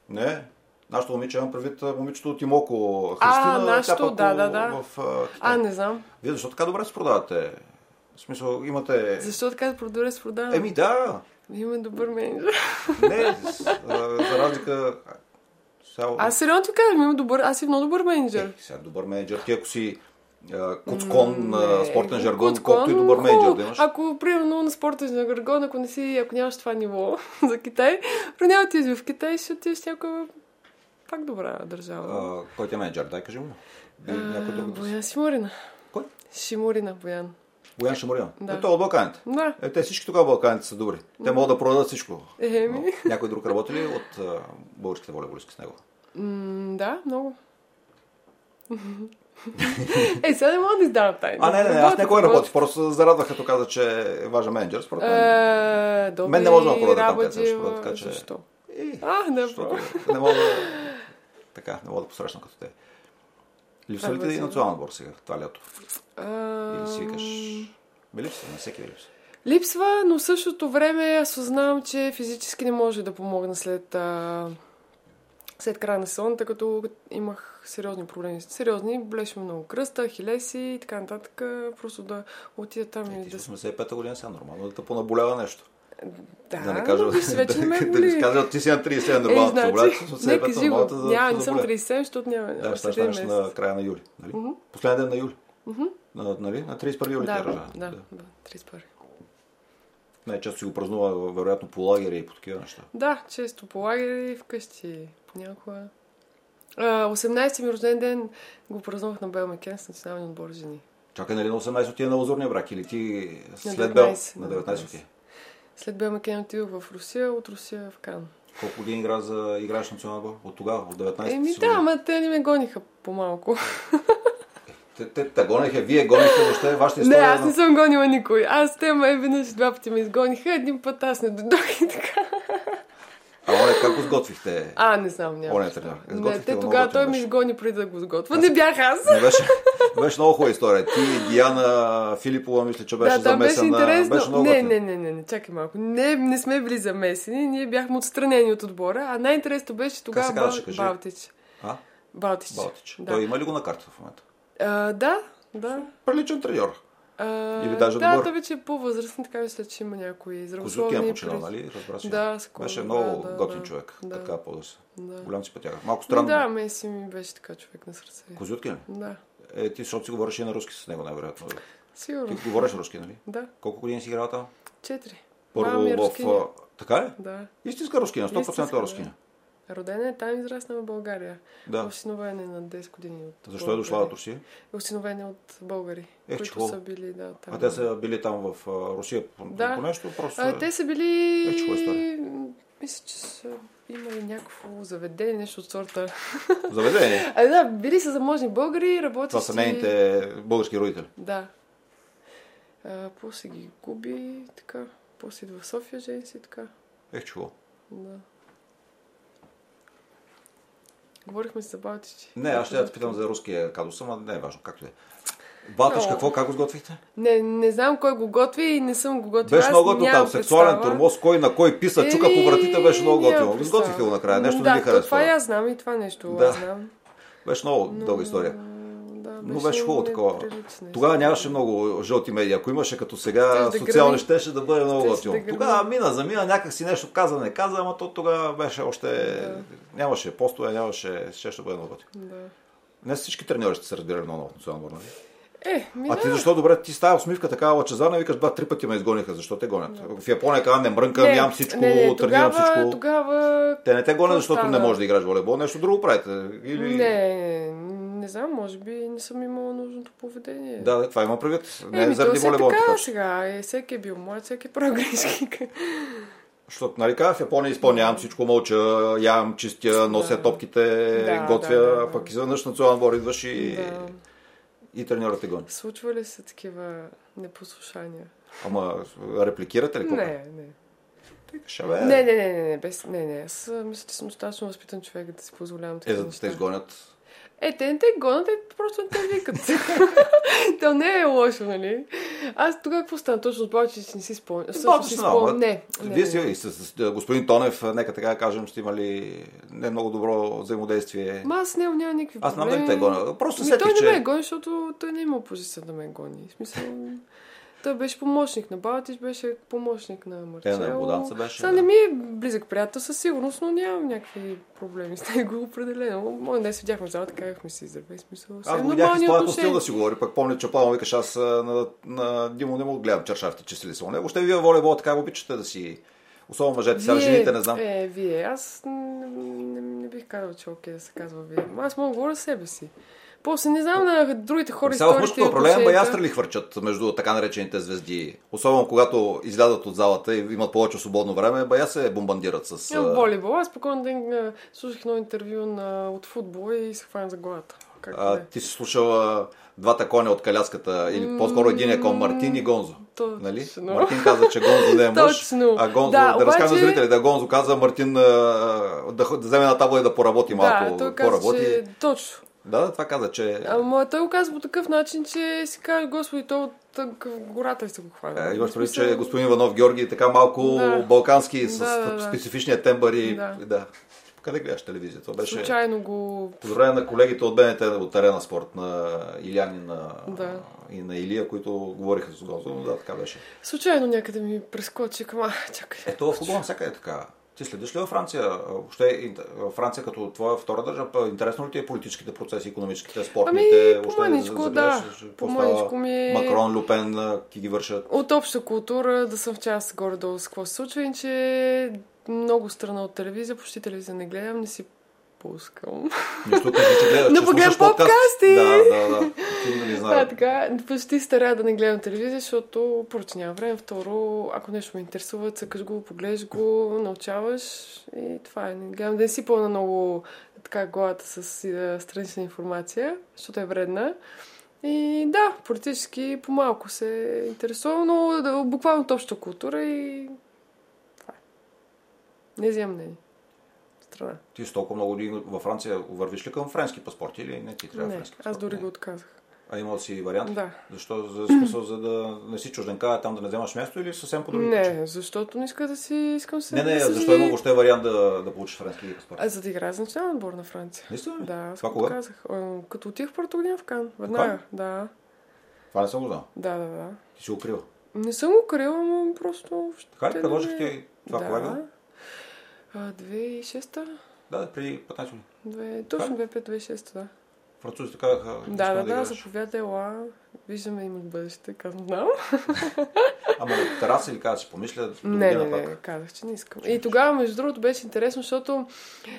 [SPEAKER 1] Не, нашето момиче, имам предвид а, момичето от Имоко,
[SPEAKER 2] А,
[SPEAKER 1] Христина. тя
[SPEAKER 2] нашето,
[SPEAKER 1] пък
[SPEAKER 2] да, да, да.
[SPEAKER 1] В, а,
[SPEAKER 2] А,
[SPEAKER 1] Китай.
[SPEAKER 2] не знам.
[SPEAKER 1] Вие защо така добре се продавате? В смисъл, имате...
[SPEAKER 2] Защо така да продължа с продавам?
[SPEAKER 1] Еми да,
[SPEAKER 2] Имаме добър менеджер.
[SPEAKER 1] не, с- а, за разлика... Сега...
[SPEAKER 2] Аз сериозно ти казвам, имам добър, аз съм много добър
[SPEAKER 1] Е,
[SPEAKER 2] менеджер.
[SPEAKER 1] сега добър менеджер. Ти ако си а, куцкон Е, на
[SPEAKER 2] Не,
[SPEAKER 1] спортен жаргон,
[SPEAKER 2] куцкон,
[SPEAKER 1] колкото и добър
[SPEAKER 2] хубаво.
[SPEAKER 1] менеджер да имаш.
[SPEAKER 2] Ако, примерно, на спортен жаргон, ако не си, ако нямаш това ниво <laughs> за Китай, ако няма да ти изби в Китай, ще отидеш в някоя пак добра държава.
[SPEAKER 1] А, кой ти е менеджер? Дай кажи му. Или някой друг. да си-
[SPEAKER 2] Боян Шимурина.
[SPEAKER 1] Кой?
[SPEAKER 2] Шимурина, Боян.
[SPEAKER 1] Боян Шамарин.
[SPEAKER 2] Да.
[SPEAKER 1] Е, той е от Балканите.
[SPEAKER 2] Да. Е,
[SPEAKER 1] Е, те всички тогава Балканите са добри. Те могат да продадат всичко.
[SPEAKER 2] Еми.
[SPEAKER 1] Но Някой друг работи ли от а, българските волейболисти с него?
[SPEAKER 2] М, да, много. <laughs> е, сега не мога да издавам тайни.
[SPEAKER 1] А, не, не, не аз не кой е
[SPEAKER 2] работя.
[SPEAKER 1] работи. Просто се зарадвах, като каза, че е важен менеджер. Според мен.
[SPEAKER 2] Е, добре,
[SPEAKER 1] Мен не може да ме продаде там, където
[SPEAKER 2] работи,
[SPEAKER 1] ще продаде, така че-
[SPEAKER 2] Защо?
[SPEAKER 1] И,
[SPEAKER 2] А, не,
[SPEAKER 1] Е, защото не мога да... Така, не мога да посрещна като те. Липсва ли ти
[SPEAKER 2] Трябва да си-
[SPEAKER 1] национален отбор сега, това лято?
[SPEAKER 2] а,
[SPEAKER 1] Или си викаш... Ми липсва, на всеки ви липсва.
[SPEAKER 2] Липсва, но в същото време аз осъзнавам, че физически не може да помогна след, а, след края на сезона, тъй като имах сериозни проблеми. Сериозни, беше ми много кръста, хилеси и така нататък. Просто да отида там и
[SPEAKER 1] Е, Ти
[SPEAKER 2] да...
[SPEAKER 1] си 85-та година сега, нормално е да те понаболява нещо.
[SPEAKER 2] Да,
[SPEAKER 1] <laughs> да не
[SPEAKER 2] но
[SPEAKER 1] кажа,
[SPEAKER 2] виж, вече не ме
[SPEAKER 1] да,
[SPEAKER 2] боли.
[SPEAKER 1] да, кажа, ти си на 37
[SPEAKER 2] Е,
[SPEAKER 1] нормално. ти
[SPEAKER 2] значи,
[SPEAKER 1] обряд, с
[SPEAKER 2] нека
[SPEAKER 1] 85-та
[SPEAKER 2] живо.
[SPEAKER 1] нормалната, за да
[SPEAKER 2] Няма,
[SPEAKER 1] те
[SPEAKER 2] не съм
[SPEAKER 1] заболя.
[SPEAKER 2] 37, защото няма.
[SPEAKER 1] Да, ще
[SPEAKER 2] още
[SPEAKER 1] станеш
[SPEAKER 2] един
[SPEAKER 1] на
[SPEAKER 2] месец.
[SPEAKER 1] края на юли, нали? Последен ден на юли. На, нали? На 31 юли ти е
[SPEAKER 2] Да,
[SPEAKER 1] рожден.
[SPEAKER 2] да, да, 31.
[SPEAKER 1] Най-често си го празнува, вероятно, по лагери и по такива неща.
[SPEAKER 2] Да, често по лагери, вкъщи, понякога. А, 18 ми рожден ден го празнувах на Бел Макен с националния отбор жени.
[SPEAKER 1] Чакай, нали на 18 отиде на лазурния брак или ти след Бел?
[SPEAKER 2] 19,
[SPEAKER 1] На е?
[SPEAKER 2] на
[SPEAKER 1] 19 отиде.
[SPEAKER 2] След Бел Макен отидох в Русия, от Русия в Кан.
[SPEAKER 1] Колко години игра за играеш национален отбор? От тогава, от 19
[SPEAKER 2] Еми
[SPEAKER 1] си
[SPEAKER 2] да,
[SPEAKER 1] години.
[SPEAKER 2] ама те не ме гониха по-малко.
[SPEAKER 1] Те, те, те гонеха, вие гонихте въобще вашата
[SPEAKER 2] Не,
[SPEAKER 1] история.
[SPEAKER 2] аз
[SPEAKER 1] на-
[SPEAKER 2] не съм гонила никой. Аз те ме веднъж два пъти ме изгониха, един път аз не дойдох и така.
[SPEAKER 1] А оле, как го сготвихте?
[SPEAKER 2] А, не знам, няма.
[SPEAKER 1] Оня
[SPEAKER 2] представа.
[SPEAKER 1] треньор.
[SPEAKER 2] Не,
[SPEAKER 1] Изготвихте
[SPEAKER 2] те
[SPEAKER 1] го,
[SPEAKER 2] тогава
[SPEAKER 1] много
[SPEAKER 2] той
[SPEAKER 1] готин
[SPEAKER 2] ми
[SPEAKER 1] беше.
[SPEAKER 2] изгони преди да го сготвя. Не бях аз.
[SPEAKER 1] Не беше, беше много хубава история. Ти, Диана Филипова, мисля, че беше
[SPEAKER 2] да, там беше
[SPEAKER 1] замесена.
[SPEAKER 2] интересно.
[SPEAKER 1] Беше много
[SPEAKER 2] не,
[SPEAKER 1] готино.
[SPEAKER 2] не, не, не, не, чакай малко. Не, не сме били замесени, ние бяхме отстранени от отбора, а най-интересното беше тогава
[SPEAKER 1] се казваше,
[SPEAKER 2] Бал...
[SPEAKER 1] кажи?
[SPEAKER 2] Балтич.
[SPEAKER 1] А?
[SPEAKER 2] Балтич.
[SPEAKER 1] Балтич.
[SPEAKER 2] Да.
[SPEAKER 1] Той има ли го на карта в момента?
[SPEAKER 2] А, да, да.
[SPEAKER 1] Приличен треньор.
[SPEAKER 2] А,
[SPEAKER 1] Или даже
[SPEAKER 2] да,
[SPEAKER 1] добър.
[SPEAKER 2] той вече е по-възрастен, така мисля, че има някои здравословни...
[SPEAKER 1] Козлукин е починал,
[SPEAKER 2] прич-
[SPEAKER 1] нали? Разбра се.
[SPEAKER 2] Да, скоро.
[SPEAKER 1] Беше
[SPEAKER 2] да,
[SPEAKER 1] много
[SPEAKER 2] да,
[SPEAKER 1] готин
[SPEAKER 2] да.
[SPEAKER 1] човек.
[SPEAKER 2] Да.
[SPEAKER 1] Така по се.
[SPEAKER 2] Да.
[SPEAKER 1] Голям си пътяга. Малко
[SPEAKER 2] Странно.
[SPEAKER 1] странно.
[SPEAKER 2] Да, Меси ми беше така човек на сърце.
[SPEAKER 1] Козлукин ли?
[SPEAKER 2] Да,
[SPEAKER 1] Е, ти, защото си говориш и на руски с него, най-вероятно. Ти
[SPEAKER 2] сигурно.
[SPEAKER 1] говориш руски, нали?
[SPEAKER 2] Да,
[SPEAKER 1] Колко години си играл там?
[SPEAKER 2] четири.
[SPEAKER 1] Първо
[SPEAKER 2] Мама ми е
[SPEAKER 1] в...
[SPEAKER 2] рускиня.
[SPEAKER 1] а, Така ли?
[SPEAKER 2] Да.
[SPEAKER 1] Истинска рускиня, 100%
[SPEAKER 2] Истинска, да.
[SPEAKER 1] рускиня.
[SPEAKER 2] Родена е там, израсна в България.
[SPEAKER 1] Да.
[SPEAKER 2] Осиновен е на 10 години от
[SPEAKER 1] Защо е дошла от
[SPEAKER 2] българи.
[SPEAKER 1] Русия?
[SPEAKER 2] Осиновен е от българи,
[SPEAKER 1] Ех,
[SPEAKER 2] които
[SPEAKER 1] чудо.
[SPEAKER 2] са били, да, там.
[SPEAKER 1] А те са били там в а, Русия по,
[SPEAKER 2] Да.
[SPEAKER 1] по нещо? Просто...
[SPEAKER 2] А, те са
[SPEAKER 1] Е, чудо е
[SPEAKER 2] били...
[SPEAKER 1] история.
[SPEAKER 2] Мисля, че са имали някакво заведение, нещо от сорта. <laughs>
[SPEAKER 1] Заведение.
[SPEAKER 2] А, да, били са заможни българи, работещи...
[SPEAKER 1] Това са нейните български родители.
[SPEAKER 2] Да. А, после ги губи, така. После идва в София, жени си, така.
[SPEAKER 1] Ех, чува.
[SPEAKER 2] Да. Говорихме си за Балтичи.
[SPEAKER 1] Не, аз ще я те питам за руския кадос, ама не е важно, както и да е. Батош,
[SPEAKER 2] Но-
[SPEAKER 1] какво, как го сготвихте?
[SPEAKER 2] Не, не знам кой го готви и не съм го готвила.
[SPEAKER 1] Беше
[SPEAKER 2] Аз
[SPEAKER 1] много готино
[SPEAKER 2] нямам
[SPEAKER 1] там. Сексуален
[SPEAKER 2] представа.
[SPEAKER 1] тормоз, кой на кой писа, чука по
[SPEAKER 2] Еми,
[SPEAKER 1] вратите, беше много
[SPEAKER 2] нямам
[SPEAKER 1] готино.
[SPEAKER 2] представа.
[SPEAKER 1] Сготвихте го накрая, нещо
[SPEAKER 2] да,
[SPEAKER 1] не ви
[SPEAKER 2] то Това и
[SPEAKER 1] харесва.
[SPEAKER 2] аз знам и това нещо
[SPEAKER 1] Да.
[SPEAKER 2] аз знам.
[SPEAKER 1] Беше много дълга история.
[SPEAKER 2] Да,
[SPEAKER 1] Но беше хубаво такова.
[SPEAKER 2] неприлично.
[SPEAKER 1] Тогава нямаше много жълти медии. Ако имаше като сега
[SPEAKER 2] Щеше да
[SPEAKER 1] социални,
[SPEAKER 2] гърми.
[SPEAKER 1] щеше да бъде много
[SPEAKER 2] Щеше да
[SPEAKER 1] готино.
[SPEAKER 2] гърми.
[SPEAKER 1] Тогава мина, замина, някак си нещо каза, не каза, ама то тогава беше още... Нямаше постове, нямаше... Ще ще бъде много готино.
[SPEAKER 2] Да.
[SPEAKER 1] Днес всички треньори ще се разбирали много ново национално отбор, нали?
[SPEAKER 2] Е, ми
[SPEAKER 1] А
[SPEAKER 2] да.
[SPEAKER 1] ти защо добре, ти става усмивка така лъчезарна и викаш два-три пъти ме изгониха, защо те гонят? В Япония казвам, не мрънкам, ям всичко, тренирам
[SPEAKER 2] тогава,
[SPEAKER 1] всичко.
[SPEAKER 2] Тогава...
[SPEAKER 1] Те не те гонят,
[SPEAKER 2] Какво
[SPEAKER 1] защото не
[SPEAKER 2] стана?
[SPEAKER 1] можеш да играеш волейбол, нещо друго правите. Или...
[SPEAKER 2] Не, не знам, може би не съм имала нужното поведение.
[SPEAKER 1] Да, да, това има предвид. Не
[SPEAKER 2] Еми,
[SPEAKER 1] заради
[SPEAKER 2] то си е
[SPEAKER 1] волейбол.
[SPEAKER 2] така
[SPEAKER 1] така,
[SPEAKER 2] сега. Е, всеки е бил млад, всеки е правил грешки.
[SPEAKER 1] Защото, нали кажа, в Япония изпълнявам всичко, мълча, ям, чистя, нося
[SPEAKER 2] Да.
[SPEAKER 1] топките,
[SPEAKER 2] Да,
[SPEAKER 1] готвя,
[SPEAKER 2] да, да, да.
[SPEAKER 1] пък изведнъж национален двор идваш и,
[SPEAKER 2] да.
[SPEAKER 1] и треньорът те гони.
[SPEAKER 2] Случвали се такива непослушания.
[SPEAKER 1] Ама репликирате ли? Е, какво?
[SPEAKER 2] Не, не.
[SPEAKER 1] Ще бе,
[SPEAKER 2] Не, не, не, не, не, без, не, не. Аз а, мисля, че съм достатъчно възпитан човек да си позволявам
[SPEAKER 1] Е,
[SPEAKER 2] такива
[SPEAKER 1] за да те
[SPEAKER 2] неща.
[SPEAKER 1] изгонят.
[SPEAKER 2] Е, те не те гонят, те просто не те
[SPEAKER 1] <laughs>
[SPEAKER 2] викат. То не е лошо, нали? Аз тогава какво стана? Точно това, че не си спомням. Всъщност си
[SPEAKER 1] Точно,
[SPEAKER 2] спомням.
[SPEAKER 1] ама
[SPEAKER 2] Не, не,
[SPEAKER 1] Вие си
[SPEAKER 2] не.
[SPEAKER 1] и с, с- с господин Тонев, нека така кажем, сте имали не много добро взаимодействие.
[SPEAKER 2] Ма аз нямам, нямам никакви
[SPEAKER 1] Аз знам дали
[SPEAKER 2] проблеми.
[SPEAKER 1] те гоня. Просто
[SPEAKER 2] Ми,
[SPEAKER 1] сетих,
[SPEAKER 2] той не ме е
[SPEAKER 1] че...
[SPEAKER 2] гони, защото той не е имал позиция да ме гони. В смисъл, той беше помощник на Балтич, беше помощник на
[SPEAKER 1] Е,
[SPEAKER 2] Марчело.
[SPEAKER 1] на Боданца беше.
[SPEAKER 2] Сега
[SPEAKER 1] да.
[SPEAKER 2] не ми е близък приятел със сигурност, но нямам някакви проблеми с него определено. Може днес видяхме в залата, казахме си здравей, в смисъл.
[SPEAKER 1] Аз
[SPEAKER 2] съвсем
[SPEAKER 1] го видях и с
[SPEAKER 2] нормални
[SPEAKER 1] това
[SPEAKER 2] отношения.
[SPEAKER 1] стил да си говори, пък помня, че Павел викаш, аз а, на, на Димо не му гледам чершафите, че си ли са у него. Ще вие волейбол, така го обичате да си... Особено мъжете, сега
[SPEAKER 2] Вие-
[SPEAKER 1] жените не знам.
[SPEAKER 2] Е, вие. Аз н- не, не бих казал, че е окей да се казва вие. Ама Аз мога да говоря за себе си. После не знам на другите хора
[SPEAKER 1] Е, Сега в
[SPEAKER 2] историите
[SPEAKER 1] мъжкото
[SPEAKER 2] и
[SPEAKER 1] управление
[SPEAKER 2] отношенията.
[SPEAKER 1] баястри ли хвърчат между така наречените звезди? Особено когато излязат от залата и имат повече свободно време, бая се бомбандират с...
[SPEAKER 2] Е,
[SPEAKER 1] а,
[SPEAKER 2] в волейбол. Аз спокойно ден а, слушах едно интервю на, от футбола и се хвана за главата. Как е.
[SPEAKER 1] А,
[SPEAKER 2] не.
[SPEAKER 1] ти си слушала двата коня от каляската, или по-скоро един е кон Мартин и Гонзо.
[SPEAKER 2] Точно.
[SPEAKER 1] Нали? Мартин каза, че Гонзо не е мъж,
[SPEAKER 2] Точно.
[SPEAKER 1] а Гонзо, да,
[SPEAKER 2] Да,
[SPEAKER 1] да разкажем на
[SPEAKER 2] обаче-
[SPEAKER 1] зрителите, да, Гонзо каза Мартин а, да, ход- да вземе една табла и да поработи малко,
[SPEAKER 2] <laughs> да, той каза,
[SPEAKER 1] поработи.
[SPEAKER 2] че... Точно.
[SPEAKER 1] Да, да, това каза, че...
[SPEAKER 2] Ама той го казва по такъв начин, че си казва, господи, той от тънка гората ли са го хванали.
[SPEAKER 1] Е, Имаш предвид,
[SPEAKER 2] В смисъл,
[SPEAKER 1] че господин Иванов Георги е така малко
[SPEAKER 2] Да.
[SPEAKER 1] балкански, с
[SPEAKER 2] Да, да, да.
[SPEAKER 1] специфичния тембър и... Да.
[SPEAKER 2] Да.
[SPEAKER 1] Къде гледаш телевизия? Това беше...
[SPEAKER 2] Случайно го...
[SPEAKER 1] По време на колегите от БНТ от Арена Спорт, на Илян и на,
[SPEAKER 2] Да.
[SPEAKER 1] и на Илия, които говориха с Гонзо, но да, така беше.
[SPEAKER 2] Случайно някъде ми прескочи към... А, <laughs> чакай.
[SPEAKER 1] Ето в футбол всяка е така. Ти следиш ли във Франция? А, Въобще инт- Франция като твоя втора държава, па, интересно ли ти е политическите процеси, економическите, спортните?
[SPEAKER 2] Ами,
[SPEAKER 1] Въобще
[SPEAKER 2] по-мъничко,
[SPEAKER 1] за- забелязваш
[SPEAKER 2] да.
[SPEAKER 1] ли какво
[SPEAKER 2] По-мъничко
[SPEAKER 1] става?
[SPEAKER 2] ми е-
[SPEAKER 1] Макрон, Люпен, а, ки ги вършат.
[SPEAKER 2] От обща култура да съм в част горе-долу с какво се случва, иначе много страна от телевизия, почти телевизия не гледам, не си пускам.
[SPEAKER 1] Нищо кажи, че гледаш,
[SPEAKER 2] Но
[SPEAKER 1] че
[SPEAKER 2] пък
[SPEAKER 1] слушаш
[SPEAKER 2] гледам
[SPEAKER 1] подкаст.
[SPEAKER 2] подкасти!
[SPEAKER 1] Да, да, да. Ти нали
[SPEAKER 2] Да,
[SPEAKER 1] знаеш.
[SPEAKER 2] Е, така, почти старя да не гледам телевизия, защото поръча няма време. Второ, ако нещо ме интересува, цъкаш го, поглеждаш го, научаваш и това е. Не гледам да не си пълна много така главата с а, странична информация, защото е вредна. И да, политически по-малко се интересувам, но да, буквално от обща култура и това е. Не вземам мнение. Страна.
[SPEAKER 1] Ти с толкова много години във Франция вървиш ли към френски паспорт или не ти трябва
[SPEAKER 2] Не,
[SPEAKER 1] френски паспорт?
[SPEAKER 2] аз дори
[SPEAKER 1] Не.
[SPEAKER 2] го отказах.
[SPEAKER 1] А имал си вариант?
[SPEAKER 2] Да.
[SPEAKER 1] Защо? За смисъл, за да не си чужденка, там да не вземаш място или съвсем по други причини?
[SPEAKER 2] Не, защото не иска да си искам се.
[SPEAKER 1] Не, не,
[SPEAKER 2] да си
[SPEAKER 1] защо е
[SPEAKER 2] живи-
[SPEAKER 1] има въобще вариант да, да получиш френски паспорт?
[SPEAKER 2] А за да игра за национален отбор на Франция.
[SPEAKER 1] Наистина ли?
[SPEAKER 2] Да, аз
[SPEAKER 1] Това
[SPEAKER 2] като
[SPEAKER 1] кога?
[SPEAKER 2] казах. а, Като отих в първата година в Кан. Веднага. Да,
[SPEAKER 1] Това не съм го знал.
[SPEAKER 2] да, да, да.
[SPEAKER 1] Ти си го крила.
[SPEAKER 2] Не съм го крила, но просто... ще
[SPEAKER 1] Така ли
[SPEAKER 2] да
[SPEAKER 1] предложих
[SPEAKER 2] ме-
[SPEAKER 1] ти това
[SPEAKER 2] да.
[SPEAKER 1] кога е било?
[SPEAKER 2] А, 2006-та?
[SPEAKER 1] Да, да, при 15 години.
[SPEAKER 2] Две- Точно 2005-2006-та, да.
[SPEAKER 1] Французите казаха, не
[SPEAKER 2] Да,
[SPEAKER 1] искаме
[SPEAKER 2] да, да,
[SPEAKER 1] играеш.
[SPEAKER 2] заповядай, ела. Виждаме има бъдеще, казвам, знам.
[SPEAKER 1] Ама на тераса или каза си помисля, до
[SPEAKER 2] Не,
[SPEAKER 1] година
[SPEAKER 2] не,
[SPEAKER 1] пак.
[SPEAKER 2] не, казах, че не искам. И тогава, между другото, беше интересно, защото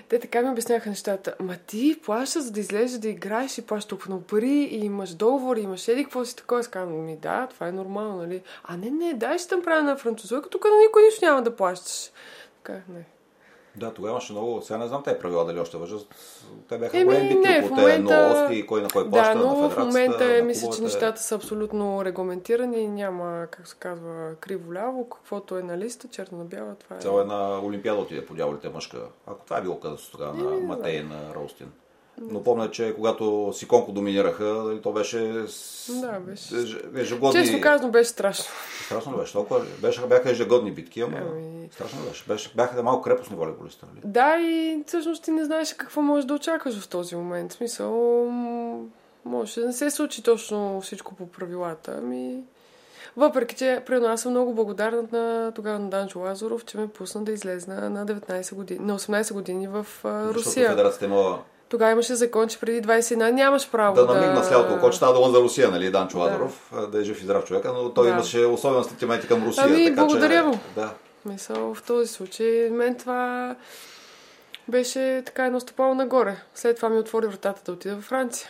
[SPEAKER 2] те така ми обясняха нещата. Ма ти плащаш, за да излезеш да играеш и плащаш толкова много пари, и имаш договор, и имаш еди, какво си такова. Аз казвам, ми да, това е нормално, нали? А не, не, дай ще там правя на французойка, тук на никой нищо няма да плащаш. Така, не.
[SPEAKER 1] Да, тогава имаше много. Сега не знам те правила дали още въжат. Те бяха
[SPEAKER 2] Еми,
[SPEAKER 1] големи битки
[SPEAKER 2] не,
[SPEAKER 1] около
[SPEAKER 2] в
[SPEAKER 1] те
[SPEAKER 2] момента-
[SPEAKER 1] новости, кой на кой плаща,
[SPEAKER 2] да, но
[SPEAKER 1] на
[SPEAKER 2] в
[SPEAKER 1] федерацията,
[SPEAKER 2] момента
[SPEAKER 1] на
[SPEAKER 2] мисля, че
[SPEAKER 1] клубовете.
[SPEAKER 2] нещата са абсолютно регламентирани и няма, как се казва, криво-ляво, каквото е на листа, черно на бяло, това е.
[SPEAKER 1] Цяла една олимпиада отиде по дяволите мъжка. Ако това е било където тогава на Матей и на Ростин. Но помня, че когато Сиконко доминираха, нали, то беше, с- е
[SPEAKER 2] Да, беше.
[SPEAKER 1] еж- ежегодни...
[SPEAKER 2] Честно казано, беше страшно.
[SPEAKER 1] Страшно ли беше? Толкова... ли? Беше, бяха ежегодни битки, ама...
[SPEAKER 2] Ами. Е,
[SPEAKER 1] Страшно ли беше? беше? Бяха да малко крепостни волейболиста. Нали?
[SPEAKER 2] Да, и всъщност ти не знаеш какво можеш да очакваш в този момент. В смисъл, м, може да не се случи точно всичко по правилата. Ами... Въпреки, че примерно аз съм много благодарна на тогава на Данчо Лазаров, че ме пусна да излезна на 19 години, на 18 години в а,
[SPEAKER 1] Защото
[SPEAKER 2] Русия.
[SPEAKER 1] федерацията имала
[SPEAKER 2] Тогава имаше закон, че преди 21 нямаш право
[SPEAKER 1] да
[SPEAKER 2] да...
[SPEAKER 1] намигна с лялото око, че става дума за Русия, нали, Данчо Лазаров, да. е жив и здрав човека, но той
[SPEAKER 2] Да.
[SPEAKER 1] имаше особен сантименти към Русия.
[SPEAKER 2] Ами,
[SPEAKER 1] така,
[SPEAKER 2] благодаря
[SPEAKER 1] че...
[SPEAKER 2] му.
[SPEAKER 1] Да.
[SPEAKER 2] Мисъл, в този случай, мен това беше така едно стъпало нагоре. След това ми отвори вратата да отида във Франция.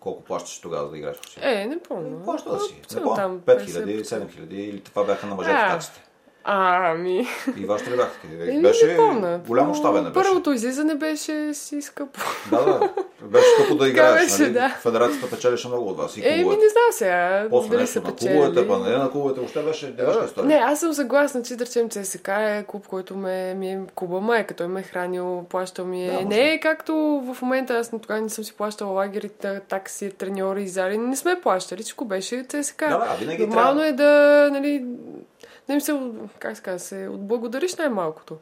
[SPEAKER 1] Колко плащаш тогава за да играеш в Русия?
[SPEAKER 2] Е, не помня.
[SPEAKER 1] Ами, Плаща да си. Не
[SPEAKER 2] Цена
[SPEAKER 1] помня.
[SPEAKER 2] там
[SPEAKER 1] 5000,
[SPEAKER 2] 50.
[SPEAKER 1] 7000 или това бяха на мъжете
[SPEAKER 2] Да.
[SPEAKER 1] таксите.
[SPEAKER 2] Ами...
[SPEAKER 1] И вашите ли бяха такива?
[SPEAKER 2] Еми, не
[SPEAKER 1] Е, Беше
[SPEAKER 2] помня.
[SPEAKER 1] голямо
[SPEAKER 2] Но
[SPEAKER 1] щабе, не беше.
[SPEAKER 2] Първото излизане беше си скъпо.
[SPEAKER 1] Да, да. Беше скъпо да играеш.
[SPEAKER 2] беше,
[SPEAKER 1] нали?
[SPEAKER 2] да.
[SPEAKER 1] Федерацията печелеше много от вас. И
[SPEAKER 2] Еми,
[SPEAKER 1] клубовете.
[SPEAKER 2] не знам сега
[SPEAKER 1] После
[SPEAKER 2] дали
[SPEAKER 1] нещо
[SPEAKER 2] са
[SPEAKER 1] на клубовете, па
[SPEAKER 2] печели. Е,
[SPEAKER 1] не на клубовете. Въобще беше девешка
[SPEAKER 2] Не,
[SPEAKER 1] история.
[SPEAKER 2] аз съм съгласна, че да речем ЦСК е клуб, който ме, ми е клуба майка. Той ме е хранил, плащал ми
[SPEAKER 1] Да,
[SPEAKER 2] е.
[SPEAKER 1] може.
[SPEAKER 2] не е както в момента, аз на тогава не съм си плащала лагерите, такси, треньори, зали. Не сме плащали, всичко беше ЦСК.
[SPEAKER 1] Да, да, винаги
[SPEAKER 2] Нормално
[SPEAKER 1] трябва.
[SPEAKER 2] е да, нали, да им се, как се казва, се отблагодариш най-малкото.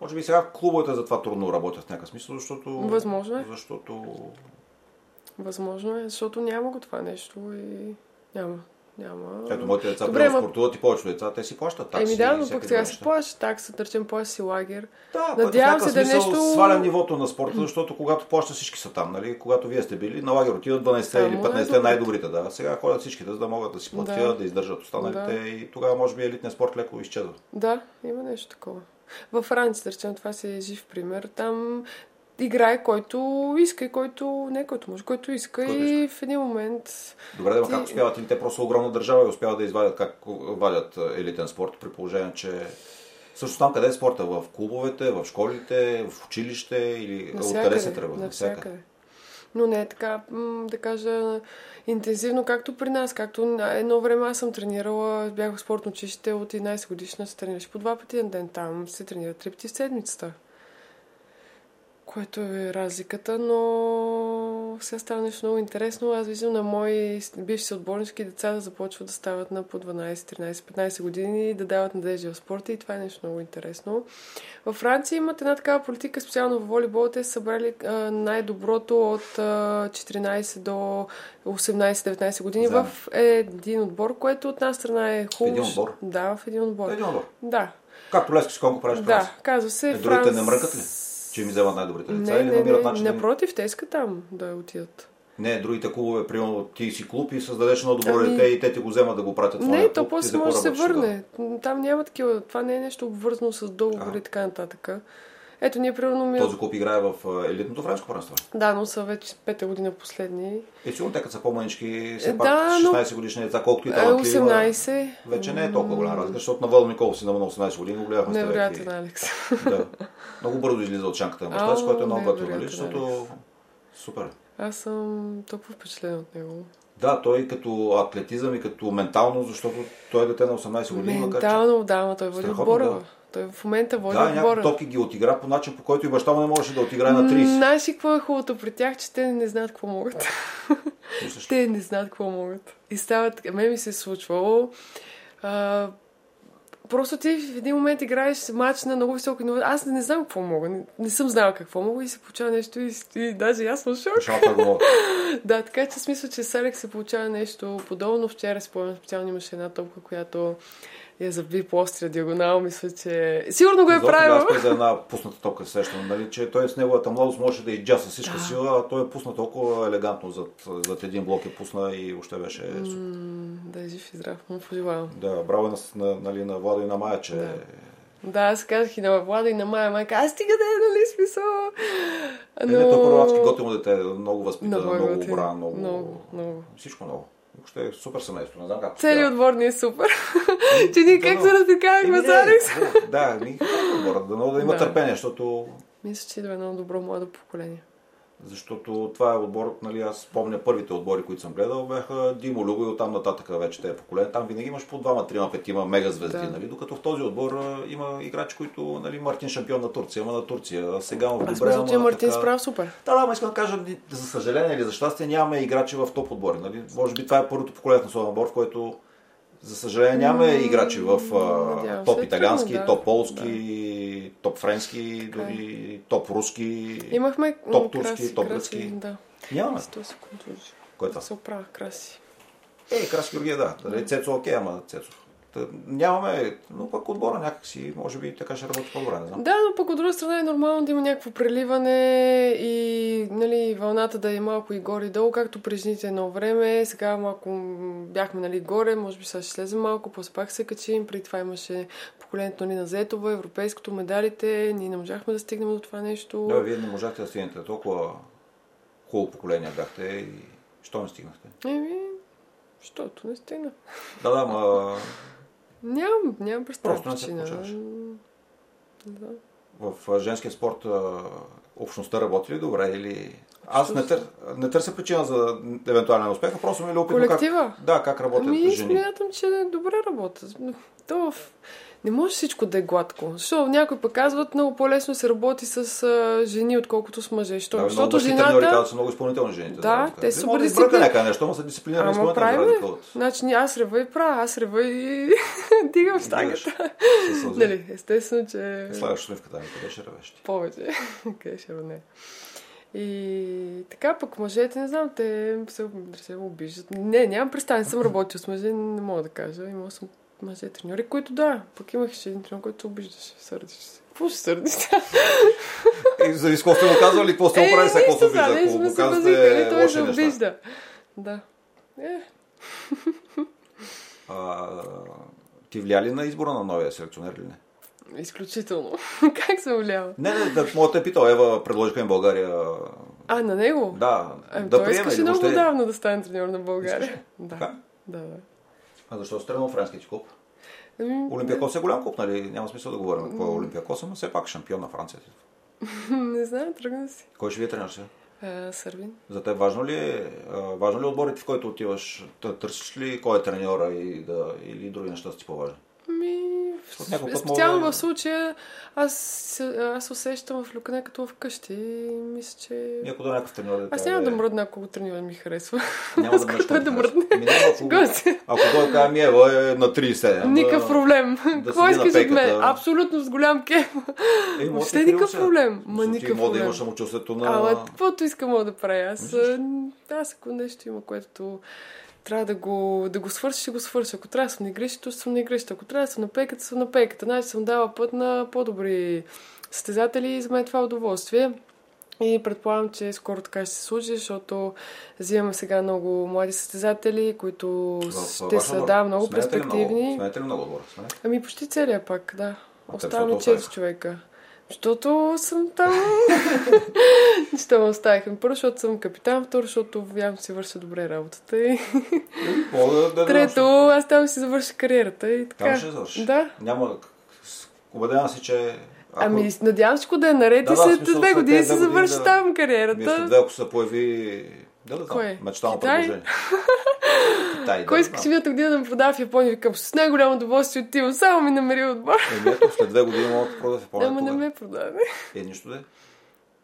[SPEAKER 1] Може би сега клубовете за това трудно работят в някакъв смисъл, защото...
[SPEAKER 2] Възможно е.
[SPEAKER 1] Защото
[SPEAKER 2] Възможно е, защото няма го това нещо и няма. Няма.
[SPEAKER 1] Ето, моите деца,
[SPEAKER 2] Добре,
[SPEAKER 1] примерно,
[SPEAKER 2] ма-
[SPEAKER 1] спортуват и повечето деца, те си плащат Е, такси.
[SPEAKER 2] Еми да,
[SPEAKER 1] и
[SPEAKER 2] но пък
[SPEAKER 1] всякакви
[SPEAKER 2] сега
[SPEAKER 1] неща.
[SPEAKER 2] си плаща такса, да речем плаща си лагер.
[SPEAKER 1] Да,
[SPEAKER 2] Надявам
[SPEAKER 1] Надявам се
[SPEAKER 2] се да е
[SPEAKER 1] смисъл,
[SPEAKER 2] нещо-
[SPEAKER 1] Сваля нивото на спорта, защото когато плаща всички са там, нали? Когато вие сте били, на лагер отиват 12-те
[SPEAKER 2] Само
[SPEAKER 1] или 15-те
[SPEAKER 2] най-добрите.
[SPEAKER 1] най-добрите, да. Сега ходят всичките, за да могат да си платят, да,
[SPEAKER 2] Да.
[SPEAKER 1] издържат останалите
[SPEAKER 2] Да.
[SPEAKER 1] и тогава може би елитният спорт леко изчезва.
[SPEAKER 2] Да, има нещо такова. Във Франция, да речем, това си е жив пример. Там играе който иска и който... Не който може, който иска
[SPEAKER 1] Който
[SPEAKER 2] и в един момент...
[SPEAKER 1] Добре, да, ма
[SPEAKER 2] Ти-
[SPEAKER 1] как успяват или те просто са огромна държава и успяват да извадят как вадят е, елитен спорт, при положение, че също там къде е спорта? В клубовете, в школите, в училище или откъде се тръгва? Навсякъде.
[SPEAKER 2] навсякъде. Но не е така, м, да кажа, интензивно, както при нас. Както на- едно време аз съм тренирала, бях в спортно училище от 11 годишна, се тренираш по два пъти на ден. Там се тренира три пъти в седмицата. Което е разликата, но сега става нещо много интересно. Аз виждам на мои бивши отборнички деца да започват да стават на по 12, 13, 15 години и да дават надежда в спорта и това е нещо много интересно. Във Франция имат една такава политика, специално в волейбол. Те са събрали а, най-доброто от а, 14 до 18-19 години
[SPEAKER 1] Заедно.
[SPEAKER 2] в един отбор, което от една страна е хубаво.
[SPEAKER 1] един отбор?
[SPEAKER 2] Да, в един отбор.
[SPEAKER 1] Е, Един отбор.
[SPEAKER 2] Да,
[SPEAKER 1] Както Левски с Конко правиш
[SPEAKER 2] да, казва се.
[SPEAKER 1] Е, другите не
[SPEAKER 2] Франц-
[SPEAKER 1] мръкат ли? Че им вземат най-добрите деца
[SPEAKER 2] Не,
[SPEAKER 1] или
[SPEAKER 2] не,
[SPEAKER 1] е, намират
[SPEAKER 2] не,
[SPEAKER 1] начин да им-
[SPEAKER 2] напротив, те искат там да отидат.
[SPEAKER 1] Не, другите клубове, примерно ти си клуб и създадеш едно добро
[SPEAKER 2] Ами-
[SPEAKER 1] дете и те ти го вземат да го пратят в
[SPEAKER 2] не,
[SPEAKER 1] моя клуб,
[SPEAKER 2] то
[SPEAKER 1] ти
[SPEAKER 2] после
[SPEAKER 1] за
[SPEAKER 2] може да се
[SPEAKER 1] какво работиш
[SPEAKER 2] върне. Там няма такива. Това не е нещо обвързано с договори и така нататък. Ето, ние примерно ми...
[SPEAKER 1] тогава? Този клуб играе в а, елитното френско първенство.
[SPEAKER 2] Да, но са вече пета година последни.
[SPEAKER 1] Е, сигурно те като са по-мънички, все
[SPEAKER 2] Е,
[SPEAKER 1] пак
[SPEAKER 2] да, но-
[SPEAKER 1] 16 годишни деца, колкото и
[SPEAKER 2] Е,
[SPEAKER 1] талантливи, има,
[SPEAKER 2] 18.
[SPEAKER 1] вече не е толкова голяма разлика, защото на Вълно Николов си на 18 години го гледахме с теб
[SPEAKER 2] Невероятен,
[SPEAKER 1] и-
[SPEAKER 2] Алекс.
[SPEAKER 1] Да. Много бързо излиза от шанката на баща, си,
[SPEAKER 2] Ау,
[SPEAKER 1] което е много готино, нали?
[SPEAKER 2] невероятен,
[SPEAKER 1] Защото... Супер.
[SPEAKER 2] Аз съм толкова впечатлена от него.
[SPEAKER 1] Да, той като атлетизъм и като ментално, защото той е дете на 18 години, макар че...
[SPEAKER 2] Ментално, да, но той води
[SPEAKER 1] Страхотно,
[SPEAKER 2] отбора.
[SPEAKER 1] да.
[SPEAKER 2] бе. Той в момента води
[SPEAKER 1] Да,
[SPEAKER 2] отбора.
[SPEAKER 1] някакви топки ги отигра по начин, по който и баща му не можеше да отиграе на 30.
[SPEAKER 2] Знаеш ли какво е хубавото при тях, че те не знаят какво могат.
[SPEAKER 1] Мислиш?
[SPEAKER 2] те не знаят какво могат. И стават, ме ми се е случвало. А, просто ти в един момент играеш матч на много високо ниво. Аз не знам какво мога. Не, не съм знала какво мога и се получава нещо и, и даже аз съм шок.
[SPEAKER 1] Шалта го.
[SPEAKER 2] Да, така че смисъл, че с Алекс се получава нещо подобно. Вчера спомням специално имаше една топка, която я заби по острия диагонал. Мисля, че... Сигурно го е
[SPEAKER 1] Зофи
[SPEAKER 2] правил.
[SPEAKER 1] Гаспер за една пусната топка се сещам, нали, че той с неговата младост може да изджа с всичка сила, а той е пусна толкова елегантно зад, зад един блок е пусна и още беше супер.
[SPEAKER 2] М, Да е жив и здрав. Му пожелавам.
[SPEAKER 1] Да, браво на, с- на, нали, на Владо и на Мая, че да.
[SPEAKER 2] Да, аз казах и на Влада и на Майя. Майка, аз стига да е, нали смисъл?
[SPEAKER 1] е, не, то първо готино дете, е много възпита, много, много
[SPEAKER 2] готин.
[SPEAKER 1] обран, много,
[SPEAKER 2] е много, много.
[SPEAKER 1] Всичко много. Въобще е супер семейство, не знам как.
[SPEAKER 2] Целият отбор ни е супер. <laughs> че ние как се
[SPEAKER 1] Е,
[SPEAKER 2] разпикавахме с Алекс.
[SPEAKER 1] Да, ни хора, да, много да има
[SPEAKER 2] Да.
[SPEAKER 1] търпение, защото
[SPEAKER 2] Мисля, че идва едно добро младо поколение.
[SPEAKER 1] Защото това е отбор, нали, аз спомня първите отбори, които съм гледал, бяха Димо Любо и оттам нататък вече те е поколение. Там винаги имаш по двама, трима, петима мега звезди,
[SPEAKER 2] Да.
[SPEAKER 1] нали? Докато в този отбор а, има играчи, които, нали, Мартин шампион на Турция, ама на Турция, а сега му
[SPEAKER 2] Аз мисля, че Мартин справя супер.
[SPEAKER 1] Да, да, ама искам да кажа, ни- за съжаление или за щастие, нямаме играчи в топ отбори, нали? Може би това е първото поколение на слабен отбор, в което за съжаление нямаме играчи в а,
[SPEAKER 2] надявам
[SPEAKER 1] топ
[SPEAKER 2] се,
[SPEAKER 1] италиански,
[SPEAKER 2] трудно, да. е.
[SPEAKER 1] топ полски, топ френски, дори топ руски.
[SPEAKER 2] Имахме м,
[SPEAKER 1] Топ турски,
[SPEAKER 2] краси,
[SPEAKER 1] топ
[SPEAKER 2] краси,
[SPEAKER 1] гръцки.
[SPEAKER 2] Да.
[SPEAKER 1] Нямаме.
[SPEAKER 2] Сто секунди.
[SPEAKER 1] Кой е това?
[SPEAKER 2] Се оправя, краси.
[SPEAKER 1] Е, Краси Георгия, да. Дали Цецо, окей, ама Цецо. Та, Нямаме, но пък отбора някакси, може би така ще работи по-добре, не знам.
[SPEAKER 2] Да, но пък от друга страна е нормално да има някакво преливане и нали, вълната да е малко и горе и долу, както при жените едно време. Сега малко м, бяхме нали, горе, може би сега ще слезем малко, после пак се качим. При това имаше поколението ни на Зетова, европейското, медалите. Ние не можахме да стигнем до това нещо.
[SPEAKER 1] Да, вие не можахте да стигнете толкова хубаво поколение бяхте и що не стигнахте?
[SPEAKER 2] Еми, защото не стигна.
[SPEAKER 1] Да, да, ма
[SPEAKER 2] Нямам, нямам представа
[SPEAKER 1] Просто не се
[SPEAKER 2] причина.
[SPEAKER 1] получаваше.
[SPEAKER 2] Да.
[SPEAKER 1] в женския спорт а, общността работи ли добре или... Аз не, тър... не търся причина за евентуален успех, а просто ми е любопитно как...
[SPEAKER 2] Колектива?
[SPEAKER 1] Да, как работят
[SPEAKER 2] Ами,
[SPEAKER 1] жени.
[SPEAKER 2] смятам, че добре работят. То в- не може всичко да е гладко. Защото някои пък казват, много по-лесно се работи с а, жени, отколкото с мъже. Що,
[SPEAKER 1] Да, много
[SPEAKER 2] защото
[SPEAKER 1] бащи треньори казват,
[SPEAKER 2] жената...
[SPEAKER 1] са много изпълнителни жените.
[SPEAKER 2] Да,
[SPEAKER 1] заради това.
[SPEAKER 2] те са
[SPEAKER 1] Може да
[SPEAKER 2] бързиците.
[SPEAKER 1] избърка някъде нещо, но са дисциплинирани
[SPEAKER 2] Ама
[SPEAKER 1] изпълнителни заради
[SPEAKER 2] правиме.
[SPEAKER 1] това.
[SPEAKER 2] <laughs> Значи ни- аз рева и правя, аз рева и <laughs> дигам
[SPEAKER 1] Дигаш
[SPEAKER 2] штангата.
[SPEAKER 1] със сълзи.
[SPEAKER 2] Нали, естествено, че...
[SPEAKER 1] Слагаш шливката, ами къде ще ревеш ти?
[SPEAKER 2] Повече. <laughs> Къде ще не. И така пък мъжете, не знам, те се, да се обиждат. Не, нямам представа, не съм работил с мъже, не мога да кажа. Имал съм мъже треньори, които да, пък имах ще един треньор, който се обиждаше, сърдеше се. Какво ще сърдиш?
[SPEAKER 1] И за какво сте го казвали, какво сте
[SPEAKER 2] Е,
[SPEAKER 1] го правили, сега какво се
[SPEAKER 2] нищо, да,
[SPEAKER 1] обижда,
[SPEAKER 2] не
[SPEAKER 1] ако
[SPEAKER 2] сме
[SPEAKER 1] го
[SPEAKER 2] се базикали,
[SPEAKER 1] казвате
[SPEAKER 2] той се
[SPEAKER 1] лоши неща.
[SPEAKER 2] обижда. Да. Е,
[SPEAKER 1] А, Ти влия ли на избора на новия селекционер или не?
[SPEAKER 2] изключително. <laughs> как се улява?
[SPEAKER 1] Не, не, да, моят е питал, Ева, предложиха им България.
[SPEAKER 2] А, на него?
[SPEAKER 1] Да,
[SPEAKER 2] Ами,
[SPEAKER 1] да
[SPEAKER 2] той
[SPEAKER 1] приеме
[SPEAKER 2] искаше
[SPEAKER 1] или
[SPEAKER 2] много
[SPEAKER 1] въобще.
[SPEAKER 2] давно да стане треньор на България. Да.
[SPEAKER 1] Така?
[SPEAKER 2] Да, да.
[SPEAKER 1] А защо се тръгнал френския ти клуб?
[SPEAKER 2] Ами,
[SPEAKER 1] Олимпиакос е голям клуб, нали? Няма смисъл да говорим какво е Олимпиакос, но все пак шампион на Франция.
[SPEAKER 2] <laughs> не знам, тръгна си.
[SPEAKER 1] Кой ще ви е тренер сега?
[SPEAKER 2] А, Сърбин.
[SPEAKER 1] За теб важно ли е, а, важно ли е отборите, в който отиваш? Т- Търсиш ли кой е треньора и да, или други неща са ти по-важни?
[SPEAKER 2] Ми,
[SPEAKER 1] Защото няколко път
[SPEAKER 2] специално
[SPEAKER 1] мога да-
[SPEAKER 2] в случая аз, се- аз усещам в люкне като вкъщи и мисля, че...
[SPEAKER 1] Някой да е някакъв треньор. да
[SPEAKER 2] Аз
[SPEAKER 1] каже,
[SPEAKER 2] няма да мръдна, ако го тренира ми харесва.
[SPEAKER 1] Няма
[SPEAKER 2] Аз
[SPEAKER 1] да
[SPEAKER 2] който е да мръдне.
[SPEAKER 1] Ми, няма, ако,
[SPEAKER 2] Госи.
[SPEAKER 1] ако той каже, ми ева е на 37. а,
[SPEAKER 2] Никакъв проблем.
[SPEAKER 1] седи
[SPEAKER 2] Какво
[SPEAKER 1] на
[SPEAKER 2] искаш от мен?
[SPEAKER 1] пейката.
[SPEAKER 2] Абсолютно с голям кеф.
[SPEAKER 1] е, може
[SPEAKER 2] Въобще
[SPEAKER 1] ти крил
[SPEAKER 2] никакъв
[SPEAKER 1] се.
[SPEAKER 2] проблем.
[SPEAKER 1] В
[SPEAKER 2] Ма
[SPEAKER 1] смисъл, ти
[SPEAKER 2] никакъв
[SPEAKER 1] Може да
[SPEAKER 2] проблем.
[SPEAKER 1] имаш самочувствието на...
[SPEAKER 2] Ама каквото искам мога да правя. Аз, а, аз ако нещо има, което трябва да го, да го свърша, ще го свърша. Ако трябва да съм на игрището, ще съм на игрището. Ако трябва да съм на пейката, съм на пейката. Значи съм дала път на по-добри състезатели и за мен това е удоволствие. И предполагам, че скоро така ще се случи, защото взимаме сега много млади състезатели, които
[SPEAKER 1] в- в
[SPEAKER 2] те
[SPEAKER 1] вашия
[SPEAKER 2] са
[SPEAKER 1] отбор.
[SPEAKER 2] да, много
[SPEAKER 1] Сменяте ли
[SPEAKER 2] перспективни.
[SPEAKER 1] Много, сменяте ли много отбора? Сменяте?
[SPEAKER 2] Ами почти целият пак, да.
[SPEAKER 1] какво
[SPEAKER 2] Оставаме
[SPEAKER 1] оставиха?
[SPEAKER 2] 4 човека. Защото съм
[SPEAKER 1] <laughs>
[SPEAKER 2] там. Защо ме оставихме? Първо, защото съм капитан, второ, защото явно си върша добре работата. И...
[SPEAKER 1] Мога да- да- да-
[SPEAKER 2] Трето, аз там си завърша кариерата и така.
[SPEAKER 1] Там ще завършиш.
[SPEAKER 2] Да.
[SPEAKER 1] Няма... с- Убедена си, че... ако-
[SPEAKER 2] Ами, надявам се, ако да е наред
[SPEAKER 1] Да,
[SPEAKER 2] и
[SPEAKER 1] да, в
[SPEAKER 2] след
[SPEAKER 1] смисъл,
[SPEAKER 2] две
[SPEAKER 1] след
[SPEAKER 2] години
[SPEAKER 1] тези
[SPEAKER 2] си
[SPEAKER 1] две години
[SPEAKER 2] завърши
[SPEAKER 1] да-
[SPEAKER 2] там
[SPEAKER 1] Вместо
[SPEAKER 2] кариерата.
[SPEAKER 1] две, ако се появи Да, да, знам.
[SPEAKER 2] Кой е?
[SPEAKER 1] Мечтално
[SPEAKER 2] Китай?
[SPEAKER 1] предложение. Китай, да.
[SPEAKER 2] Кой иска си
[SPEAKER 1] знам.
[SPEAKER 2] миналата година да ме продава в Япония? Викам, с най-голямо удоволствие отивам, само ми намери отбор.
[SPEAKER 1] Еми, ето, след две години мога да продава в Япония.
[SPEAKER 2] Ама не
[SPEAKER 1] тогава.
[SPEAKER 2] ме продаде.
[SPEAKER 1] Е, нищо да е.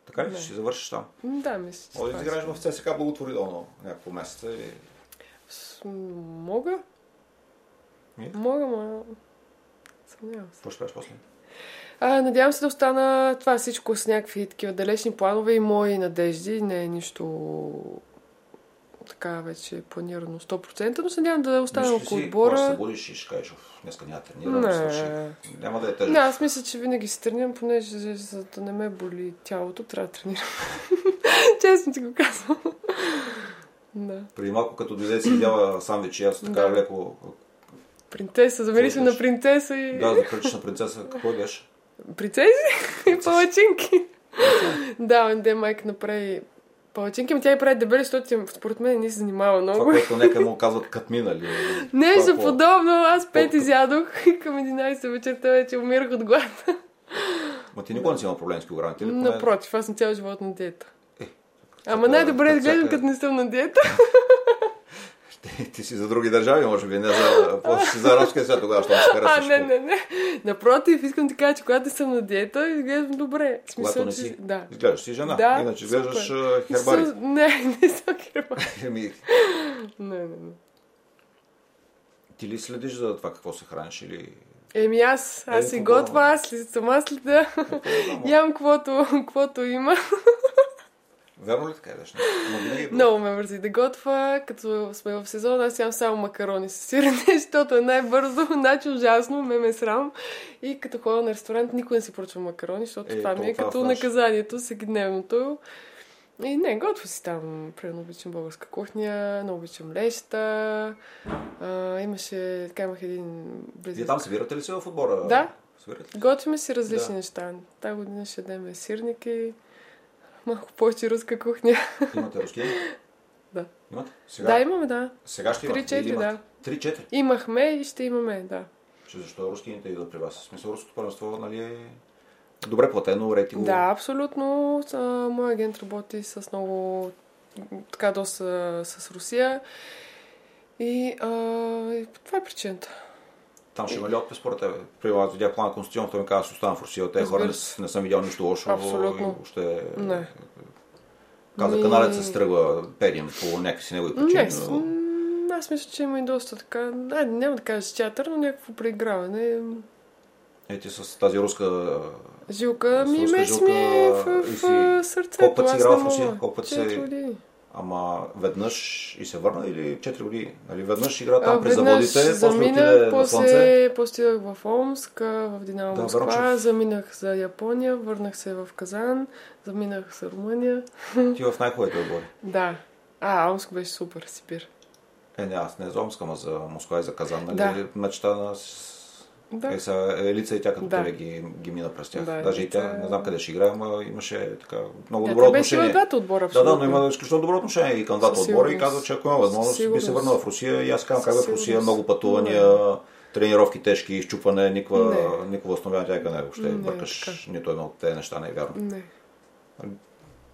[SPEAKER 1] Така ли? Ще завършиш там.
[SPEAKER 2] М, Да, мисля, че
[SPEAKER 1] Може да
[SPEAKER 2] това е.
[SPEAKER 1] изграждаш в ЦСК благотворително няколко месеца. Или...
[SPEAKER 2] С- Мога?
[SPEAKER 1] Е?
[SPEAKER 2] Мога, ма... Съмнявам се.
[SPEAKER 1] Какво ще правиш после?
[SPEAKER 2] А, надявам се да остана това всичко с някакви такива далечни планове и мои надежди. Не е нищо така вече планирано 100%, но се надявам да остана
[SPEAKER 1] Мислиш ли
[SPEAKER 2] около
[SPEAKER 1] си, Може да се
[SPEAKER 2] отбора.
[SPEAKER 1] будиш и ще кажеш, «Оф, днеска няма тренирам,
[SPEAKER 2] Не.
[SPEAKER 1] свърших. Няма да е тежко.
[SPEAKER 2] Не, аз мисля, че винаги се тренирам, понеже за- за да не ме боли тялото, трябва да тренирам. <laughs> Честно ти го казвам. да.
[SPEAKER 1] Преди малко, като дойде си идява сандвич, и аз така
[SPEAKER 2] Да.
[SPEAKER 1] леко
[SPEAKER 2] Принцеса, замери се на
[SPEAKER 1] Слушаш.
[SPEAKER 2] принцеса и...
[SPEAKER 1] да, за прилична принцеса, какво беше?
[SPEAKER 2] Принцези и палачинки. да, един ден майка направи палачинки, ама тя и прави дебели, защото им- според мен не се занимава
[SPEAKER 1] Това, е
[SPEAKER 2] много.
[SPEAKER 1] което нека му казват нали? катмина ли?
[SPEAKER 2] Нещо
[SPEAKER 1] Какво?
[SPEAKER 2] подобно, аз пет
[SPEAKER 1] Колко?
[SPEAKER 2] изядох и към 11 вечерта вече умирах от глад.
[SPEAKER 1] Ма ти никога не си имал проблем с килограмите ли? Поне-
[SPEAKER 2] Напротив, аз съм цял живот на диета.
[SPEAKER 1] какво
[SPEAKER 2] Ама
[SPEAKER 1] е?
[SPEAKER 2] най-добре е да
[SPEAKER 1] Като
[SPEAKER 2] гледам,
[SPEAKER 1] всяка-
[SPEAKER 2] като не съм на диета.
[SPEAKER 1] <laughs> Ти, ти си за други държави, може би, не за, после си за арабския свят, тогава ще му се
[SPEAKER 2] А,
[SPEAKER 1] харесаш.
[SPEAKER 2] не, не, не. Напротив, искам да кажа, че когато не съм на диета, изглеждам добре. В
[SPEAKER 1] Когато не
[SPEAKER 2] че-
[SPEAKER 1] си.
[SPEAKER 2] Да.
[SPEAKER 1] Изглеждаш си жена,
[SPEAKER 2] Да,
[SPEAKER 1] иначе
[SPEAKER 2] супер.
[SPEAKER 1] изглеждаш а, хербари.
[SPEAKER 2] С- Не, <laughs> не съм хербари.
[SPEAKER 1] <laughs> Еми,
[SPEAKER 2] Не, не, не.
[SPEAKER 1] ти ли следиш за това какво се храниш или...
[SPEAKER 2] Еми аз, аз
[SPEAKER 1] Ей,
[SPEAKER 2] си
[SPEAKER 1] хубаво.
[SPEAKER 2] готва, аз ли сама следа, ям каквото, каквото има.
[SPEAKER 1] Верно ли така е, деш? Но винаги е било.
[SPEAKER 2] Много ме мързи да готва, като сме в сезон, аз ям само макарони с сирене, <laughs> защото е най-бързо, значи ужасно, ме ме е срам. И като ходя на ресторант, никой не си поръчва макарони, защото
[SPEAKER 1] Е,
[SPEAKER 2] това ми е
[SPEAKER 1] то това
[SPEAKER 2] като
[SPEAKER 1] фаш.
[SPEAKER 2] наказанието, всекидневното. И не, готва си там, примерно обичам българска кухня, много обичам леща. А, имаше, така имах един
[SPEAKER 1] Вие
[SPEAKER 2] близък.
[SPEAKER 1] там свирате ли се в отбора?
[SPEAKER 2] Да.
[SPEAKER 1] Свирате ли?
[SPEAKER 2] Готвиме си различни
[SPEAKER 1] Да.
[SPEAKER 2] неща. Та година ще дадем сирники, малко повече руска кухня.
[SPEAKER 1] Имате руски?
[SPEAKER 2] <laughs> Да.
[SPEAKER 1] Имате? Сега,
[SPEAKER 2] Да, имаме, да.
[SPEAKER 1] сега ще имате?
[SPEAKER 2] Три-четири,
[SPEAKER 1] или имате? Три-четири?
[SPEAKER 2] Имахме и ще имаме, да.
[SPEAKER 1] Че защо рускините идват при вас? В смисъл, руското първенство, нали е... Добре платено, рейтингово.
[SPEAKER 2] Да, абсолютно. А, Моя агент работи с много, м, така доста с Русия. И, а, и това е причината.
[SPEAKER 1] Там ще има ли отпис според тебе? При вас видях план на Конституционно, той ми каза, аз оставам в Русия, те
[SPEAKER 2] Разбира
[SPEAKER 1] хора не,
[SPEAKER 2] се.
[SPEAKER 1] с- не съм видял нищо лошо.
[SPEAKER 2] Абсолютно.
[SPEAKER 1] и Въобще...
[SPEAKER 2] Не.
[SPEAKER 1] Каза,
[SPEAKER 2] Ми-
[SPEAKER 1] каналец се стръгва педим по някакви негови
[SPEAKER 2] Не,
[SPEAKER 1] причини.
[SPEAKER 2] с-
[SPEAKER 1] но-
[SPEAKER 2] м, аз мисля, че има и доста така, не, няма да кажа с театър, но някакво преиграване.
[SPEAKER 1] Е, ти с тази руска...
[SPEAKER 2] Жилка
[SPEAKER 1] С
[SPEAKER 2] ми
[SPEAKER 1] руска
[SPEAKER 2] меси ми е в,
[SPEAKER 1] жилка
[SPEAKER 2] в,
[SPEAKER 1] и си-
[SPEAKER 2] в сърцето.
[SPEAKER 1] Колко пъти си
[SPEAKER 2] аз
[SPEAKER 1] играла
[SPEAKER 2] не
[SPEAKER 1] в Русия?
[SPEAKER 2] мога.
[SPEAKER 1] Колко пъти си-
[SPEAKER 2] Четири години.
[SPEAKER 1] Ама веднъж и се върна или 4 години? Нали, веднъж игра
[SPEAKER 2] А,
[SPEAKER 1] там през
[SPEAKER 2] веднъж
[SPEAKER 1] заводите, после
[SPEAKER 2] заминах,
[SPEAKER 1] отиде на слънце.
[SPEAKER 2] после, после отидох в Омск, а, в Динамо
[SPEAKER 1] Да,
[SPEAKER 2] Москва,
[SPEAKER 1] Върнчев.
[SPEAKER 2] заминах за Япония, върнах се в Казан, заминах за Румъния.
[SPEAKER 1] Ти в най-хубавите отбори.
[SPEAKER 2] Да. А, Омск беше супер, Сибир.
[SPEAKER 1] Е, не, аз не за Омска, ама за Москва и за Казан. Нали?
[SPEAKER 2] Да.
[SPEAKER 1] Мечта на... с-
[SPEAKER 2] Да.
[SPEAKER 1] Е, са, е, лица и тя като
[SPEAKER 2] Да.
[SPEAKER 1] тебе ги, ги мина през тях.
[SPEAKER 2] Да,
[SPEAKER 1] Даже и тя,
[SPEAKER 2] Елица-
[SPEAKER 1] не знам къде ще играе, ама имаше така много
[SPEAKER 2] Тя
[SPEAKER 1] добро
[SPEAKER 2] беше в
[SPEAKER 1] отношение.
[SPEAKER 2] двата отбора.
[SPEAKER 1] Да, да, но
[SPEAKER 2] абсолютно.
[SPEAKER 1] има изключително добро отношение и към двата
[SPEAKER 2] Със
[SPEAKER 1] отбора и
[SPEAKER 2] сигурност.
[SPEAKER 1] казва, че ако има възможност, би
[SPEAKER 2] сигурност.
[SPEAKER 1] се върнала в Русия и аз казвам как бе
[SPEAKER 2] Със
[SPEAKER 1] в Русия,
[SPEAKER 2] сигурност.
[SPEAKER 1] много пътувания, тренировки тежки, изчупване, никаква,
[SPEAKER 2] Не.
[SPEAKER 1] никаква възстановяване, тя къде въобще
[SPEAKER 2] Не,
[SPEAKER 1] бъркаш нито едно от тези неща, не е вярно.
[SPEAKER 2] Не.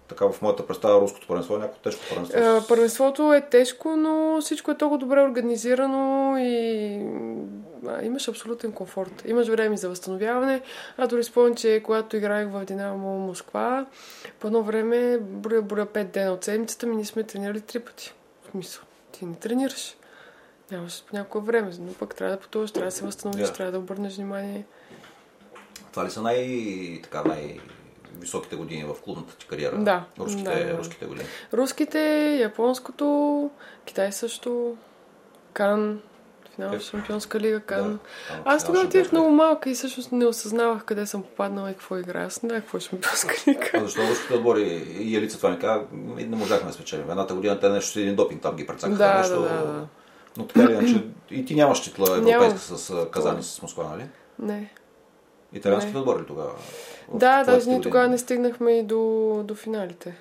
[SPEAKER 1] Така в моята представа руското първенство е някакво тежко първенство.
[SPEAKER 2] А, първенството е тежко, но всичко е толкова добре организирано и м, а, имаш абсолютен комфорт. Имаш време за възстановяване. А дори спомням, че когато играех в Динамо Москва, по едно време броя, броя 5 дена от седмицата ми ние сме тренирали три пъти. В смисъл, ти не тренираш. Нямаш по някое време, но пък трябва да пътуваш, трябва да се възстановиш,
[SPEAKER 1] Да.
[SPEAKER 2] трябва да обърнеш внимание.
[SPEAKER 1] Това ли са най- така, най- високите години в клубната ти кариера?
[SPEAKER 2] Да.
[SPEAKER 1] Руските,
[SPEAKER 2] Да, да.
[SPEAKER 1] руските години.
[SPEAKER 2] Руските, японското, Китай също, Кан, финал в Шампионска лига, Кан.
[SPEAKER 1] Там
[SPEAKER 2] Аз
[SPEAKER 1] финал
[SPEAKER 2] тогава
[SPEAKER 1] Е.
[SPEAKER 2] отивах
[SPEAKER 1] Шампионска лига.
[SPEAKER 2] много малка и всъщност не осъзнавах къде съм попаднала и какво игра. Аз не знаех какво е шампионска лига.
[SPEAKER 1] А защо руските отбори и елица това ми каза, и не можахме да спечелим. Едната година те нещо с един допинг там ги прецакаха.
[SPEAKER 2] Да,
[SPEAKER 1] нещо...
[SPEAKER 2] да, да, да.
[SPEAKER 1] Но така или иначе, и ти нямаш титла европейска
[SPEAKER 2] Нямам.
[SPEAKER 1] с а, Казани, с Москва, нали?
[SPEAKER 2] Не.
[SPEAKER 1] Италианските
[SPEAKER 2] Не.
[SPEAKER 1] отбори ли тогава? В
[SPEAKER 2] Да,
[SPEAKER 1] твоите
[SPEAKER 2] даже ние
[SPEAKER 1] години?
[SPEAKER 2] тогава не стигнахме и до, до финалите.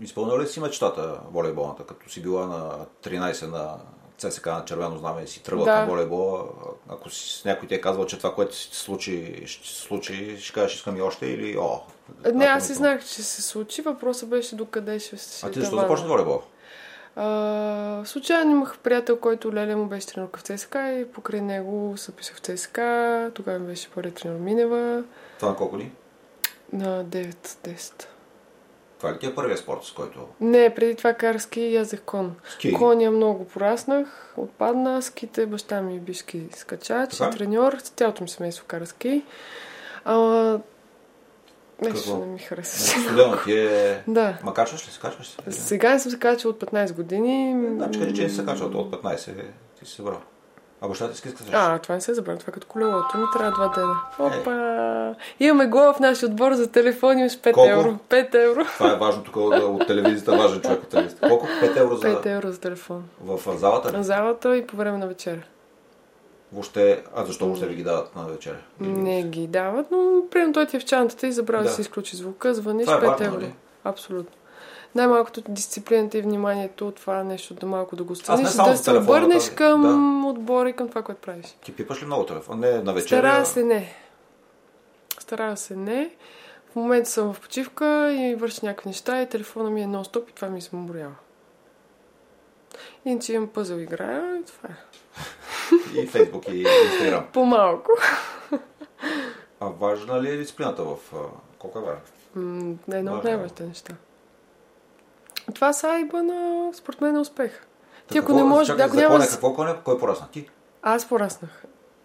[SPEAKER 1] Изпълнила ли си мечтата волейболната, като си била на 13 на ЦСКА на червено знаме и си тръгват
[SPEAKER 2] Да.
[SPEAKER 1] на волейбола, а- ако си, някой ти е казал, че това, което се случи, ще се случи, ще кажеш, искам и още или о.
[SPEAKER 2] Не,
[SPEAKER 1] ако
[SPEAKER 2] аз не знаех, че се случи. Въпросът беше докъде ще се
[SPEAKER 1] А ти защо
[SPEAKER 2] тавана.
[SPEAKER 1] започна волейбол?
[SPEAKER 2] А, случайно имах приятел, който Леля му беше тренерка в ЦСКА и покрай него се писах в ЦСКА. Тогава ми беше първи тренер Минева
[SPEAKER 1] Това на колко дни?
[SPEAKER 2] на 9-10.
[SPEAKER 1] Това ли ти е първият спорт, с който?
[SPEAKER 2] Не, преди това карски и яздех кон.
[SPEAKER 1] Ски.
[SPEAKER 2] Коня много пораснах, отпадна, ските, баща ми беше ски скачач,
[SPEAKER 1] Така?
[SPEAKER 2] и треньор, цялото ми семейство кара ски. А, нещо
[SPEAKER 1] Какво?
[SPEAKER 2] не ми хареса.
[SPEAKER 1] Студено ти е...
[SPEAKER 2] да.
[SPEAKER 1] Ма качваш ли се? Качваш се?
[SPEAKER 2] Сега не съм се качала от 15 години.
[SPEAKER 1] Значи кажи, че не се качва, то от 15 е, ти си събрал. А баща ти скиска също.
[SPEAKER 2] А, това не се забравя, това е като колелото. Ми трябва два дена. Опа! Имаме гол в нашия отбор за телефон, имаш 5
[SPEAKER 1] Е. Колко?
[SPEAKER 2] евро. 5 евро.
[SPEAKER 1] Това е важно тук от, от телевизията, важен човек от телевизията. Колко? 5 евро за...
[SPEAKER 2] 5 евро за телефон.
[SPEAKER 1] В залата
[SPEAKER 2] На
[SPEAKER 1] ли?
[SPEAKER 2] залата и по време на вечеря.
[SPEAKER 1] Въобще... А защо въобще ви ги дават на вечеря?
[SPEAKER 2] Не ги дават, но примерно той ти е в чантата и забравя да.
[SPEAKER 1] Да.
[SPEAKER 2] си изключи звука, звъниш
[SPEAKER 1] Това е
[SPEAKER 2] 5
[SPEAKER 1] важно,
[SPEAKER 2] евро.
[SPEAKER 1] нали?
[SPEAKER 2] Абсолютно. Най-малкото дисциплината и вниманието, това нещо да малко да
[SPEAKER 1] не
[SPEAKER 2] го оцениш,
[SPEAKER 1] само
[SPEAKER 2] да
[SPEAKER 1] за
[SPEAKER 2] се
[SPEAKER 1] телефона,
[SPEAKER 2] обърнеш
[SPEAKER 1] тази.
[SPEAKER 2] към отбора и към това, което правиш.
[SPEAKER 1] Ти пипаш ли много телефон? Не, на вечеря...
[SPEAKER 2] Старая се не. Старая се не. В момента съм в почивка и върша някакви неща и телефона ми е нон-стоп и това ми се уморява. Иначе имам пъзъл игра и това е.
[SPEAKER 1] И Фейсбук, и Инстаграм.
[SPEAKER 2] По-малко.
[SPEAKER 1] А важна ли е дисциплината в... а, Колко е важна?
[SPEAKER 2] М, Не, едно от
[SPEAKER 1] Важно е.
[SPEAKER 2] най-важните неща. Това са айба на според мен на успех. Ти ако
[SPEAKER 1] Какво-
[SPEAKER 2] не можеш,
[SPEAKER 1] чакай,
[SPEAKER 2] ако
[SPEAKER 1] за
[SPEAKER 2] няма...
[SPEAKER 1] Коня,
[SPEAKER 2] с-
[SPEAKER 1] какво коня? Кой порасна? Ти?
[SPEAKER 2] Аз пораснах.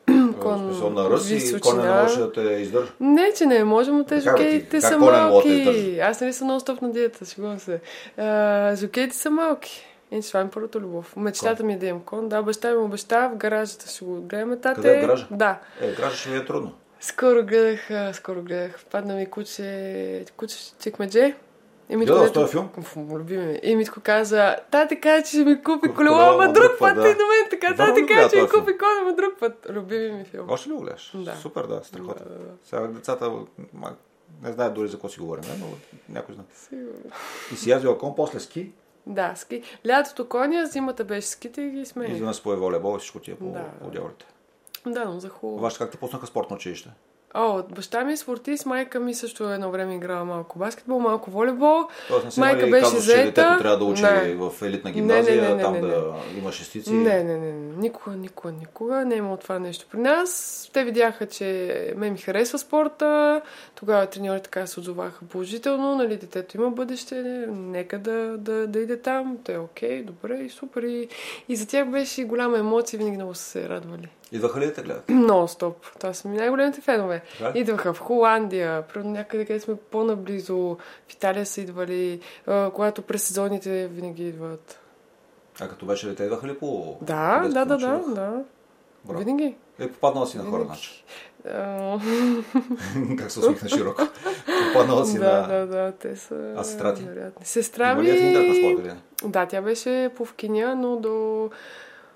[SPEAKER 1] В
[SPEAKER 2] Кон...
[SPEAKER 1] смисъл на ръст и коня не
[SPEAKER 2] височина.
[SPEAKER 1] можеше да те издържа.
[SPEAKER 2] Не, че не може, но те
[SPEAKER 1] Така, бе, ти,
[SPEAKER 2] жокеите
[SPEAKER 1] как
[SPEAKER 2] са
[SPEAKER 1] Колен Лот е
[SPEAKER 2] малки.
[SPEAKER 1] тъжен?
[SPEAKER 2] Аз нали съм нон-стоп на диета, шегувам се. А, жокеите са малки. Е, това ми е първата любов. Мечтата ми е да имам кон. Да, баща ми обеща, в гаражата ще го гледаме. Тате,
[SPEAKER 1] Къде е гаража?
[SPEAKER 2] Да.
[SPEAKER 1] Е, гража ще ви е трудно.
[SPEAKER 2] Скоро гледах, а, скоро гледах. Падна ми куче, куче чекмедже. И Митко
[SPEAKER 1] Гледал
[SPEAKER 2] дето-
[SPEAKER 1] си този филм?
[SPEAKER 2] Уф, Любими. ми. е. И Митко каза, тате каза, че ще ми купи
[SPEAKER 1] Купи
[SPEAKER 2] колело,
[SPEAKER 1] колело,
[SPEAKER 2] ама
[SPEAKER 1] ама
[SPEAKER 2] друг
[SPEAKER 1] друг
[SPEAKER 2] път.
[SPEAKER 1] път,
[SPEAKER 2] И
[SPEAKER 1] да.
[SPEAKER 2] на мен така,
[SPEAKER 1] Вярно
[SPEAKER 2] тате
[SPEAKER 1] ли
[SPEAKER 2] каза,
[SPEAKER 1] гледа
[SPEAKER 2] че ми
[SPEAKER 1] този филм?
[SPEAKER 2] купи кон, ама друг път. е Любими ми филм.
[SPEAKER 1] Още ли го гледаш?
[SPEAKER 2] Да.
[SPEAKER 1] Супер, да, страхотно. Сега децата ма, не знаят дори за какво си говорим, но някой знае.
[SPEAKER 2] Сигурно.
[SPEAKER 1] И си язвил кон, после ски,
[SPEAKER 2] Да, ски. Лятото коня, зимата беше ските и ги
[SPEAKER 1] и
[SPEAKER 2] смених.
[SPEAKER 1] изведнъж по волейбол и всичко ти е по,
[SPEAKER 2] Ами. Да.
[SPEAKER 1] по дяволите.
[SPEAKER 2] Да, но за хубаво.
[SPEAKER 1] Обаче как те пуснаха спортно училище?
[SPEAKER 2] О, баща ми е спортист, майка ми също едно време играла малко баскетбол, малко волейбол.
[SPEAKER 1] Тоест не си
[SPEAKER 2] Майка
[SPEAKER 1] имали
[SPEAKER 2] беше
[SPEAKER 1] казус, че
[SPEAKER 2] заета.
[SPEAKER 1] детето трябва да учи
[SPEAKER 2] Не.
[SPEAKER 1] в елитна гимназия,
[SPEAKER 2] Не, не, не, не,
[SPEAKER 1] там
[SPEAKER 2] не,
[SPEAKER 1] да има шестици.
[SPEAKER 2] Не, не, не, не. Никога, никога, никога не е имало това нещо при нас. Те видяха, че ме ми харесва спорта. Тогава треньори така се отзоваха положително. Нали, детето има бъдеще, нека да, да, да иде там. Те е окей, добре и супер. И, и за тях беше голяма емоция, винаги много са се радвали. <clears throat>
[SPEAKER 1] Идваха ли да те гледат?
[SPEAKER 2] Нон-стоп. Това са ми най-големите фенове.
[SPEAKER 1] Така ли?
[SPEAKER 2] Идваха в Холандия, примерно някъде, където сме по-наблизо. В Италия са идвали, а, когато през сезоните винаги идват.
[SPEAKER 1] А като беше дете, идваха ли по...
[SPEAKER 2] Да,
[SPEAKER 1] детски
[SPEAKER 2] да, да, да,
[SPEAKER 1] училище?
[SPEAKER 2] да.
[SPEAKER 1] Браво.
[SPEAKER 2] Винаги.
[SPEAKER 1] Е, попаднала си на хора,
[SPEAKER 2] Винаги.
[SPEAKER 1] значи. <laughs>
[SPEAKER 2] А,
[SPEAKER 1] как се усмихна
[SPEAKER 2] <laughs>
[SPEAKER 1] широко. Попаднала си
[SPEAKER 2] да, Ами-
[SPEAKER 1] на...
[SPEAKER 2] да, да, те са.
[SPEAKER 1] А сестра ти?
[SPEAKER 2] невероятни. Сестра
[SPEAKER 1] Има ли афинитет на
[SPEAKER 2] ми.
[SPEAKER 1] спорта? или не?
[SPEAKER 2] Да, тя беше повкиня, но до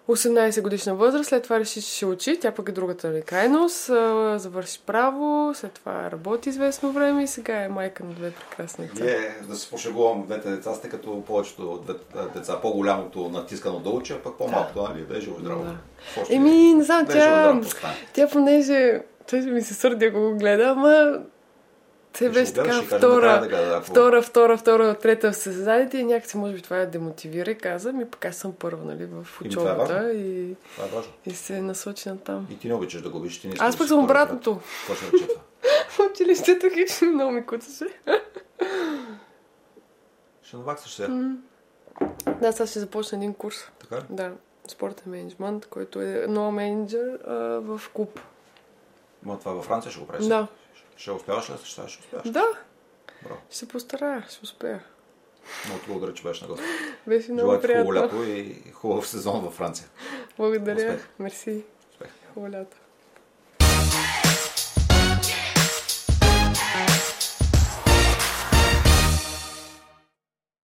[SPEAKER 2] 18 годишна възраст, след това реши, че ще учи, тя пък е другата нали, крайност, а, завърши право, след това работи известно време и сега е майка на две прекрасни деца.
[SPEAKER 1] Вие да се пошегувам, двете деца сте като повечето от двете деца. По-голямото натискано да учи, а пък по-малкото, нали, да е живо и здраво.
[SPEAKER 2] Да.
[SPEAKER 1] Още
[SPEAKER 2] Еми, не знам,
[SPEAKER 1] да е живо и
[SPEAKER 2] тя,
[SPEAKER 1] здраво, постане.
[SPEAKER 2] тя понеже... Той ще ми се сърди, ако го гледа, ама... Те
[SPEAKER 1] Ще
[SPEAKER 2] беше
[SPEAKER 1] го гледаш
[SPEAKER 2] така
[SPEAKER 1] и кажеш, не трябва да
[SPEAKER 2] втора,
[SPEAKER 1] гледа, ако-
[SPEAKER 2] втора, втора, втора, трета в състезанието и някакси може би това я демотивира и каза, ми пък аз съм първа, нали, в
[SPEAKER 1] И това е
[SPEAKER 2] учебата и,
[SPEAKER 1] Това е важно.
[SPEAKER 2] и се насочи на там.
[SPEAKER 1] И ти не обичаш да губиш, ти не искаш
[SPEAKER 2] Аз
[SPEAKER 1] да
[SPEAKER 2] пък
[SPEAKER 1] си
[SPEAKER 2] съм
[SPEAKER 1] втори,
[SPEAKER 2] обратното.
[SPEAKER 1] брат.
[SPEAKER 2] <laughs>
[SPEAKER 1] Какво ще рече това?
[SPEAKER 2] В училището хич много ми куцаше.
[SPEAKER 1] Ще наваксаш се.
[SPEAKER 2] Да, сега ще започна един курс.
[SPEAKER 1] Така ли?
[SPEAKER 2] Да, спортен менеджмент, който е нова менеджер а, в клуб.
[SPEAKER 1] Ма това е във Франция ще го правиш.
[SPEAKER 2] Да.
[SPEAKER 1] Ще успяваш ли да се ще успяваш?
[SPEAKER 2] Да,
[SPEAKER 1] Браво.
[SPEAKER 2] ще се постарая, ще успея.
[SPEAKER 1] Много ти благодаря, че беше на гост.
[SPEAKER 2] Беше много
[SPEAKER 1] Желая ти хубаво
[SPEAKER 2] приятно.
[SPEAKER 1] лято и хубав сезон във Франция.
[SPEAKER 2] Благодаря.
[SPEAKER 1] Успех.
[SPEAKER 2] Мерси.
[SPEAKER 1] Успех.
[SPEAKER 2] Хубаво лято.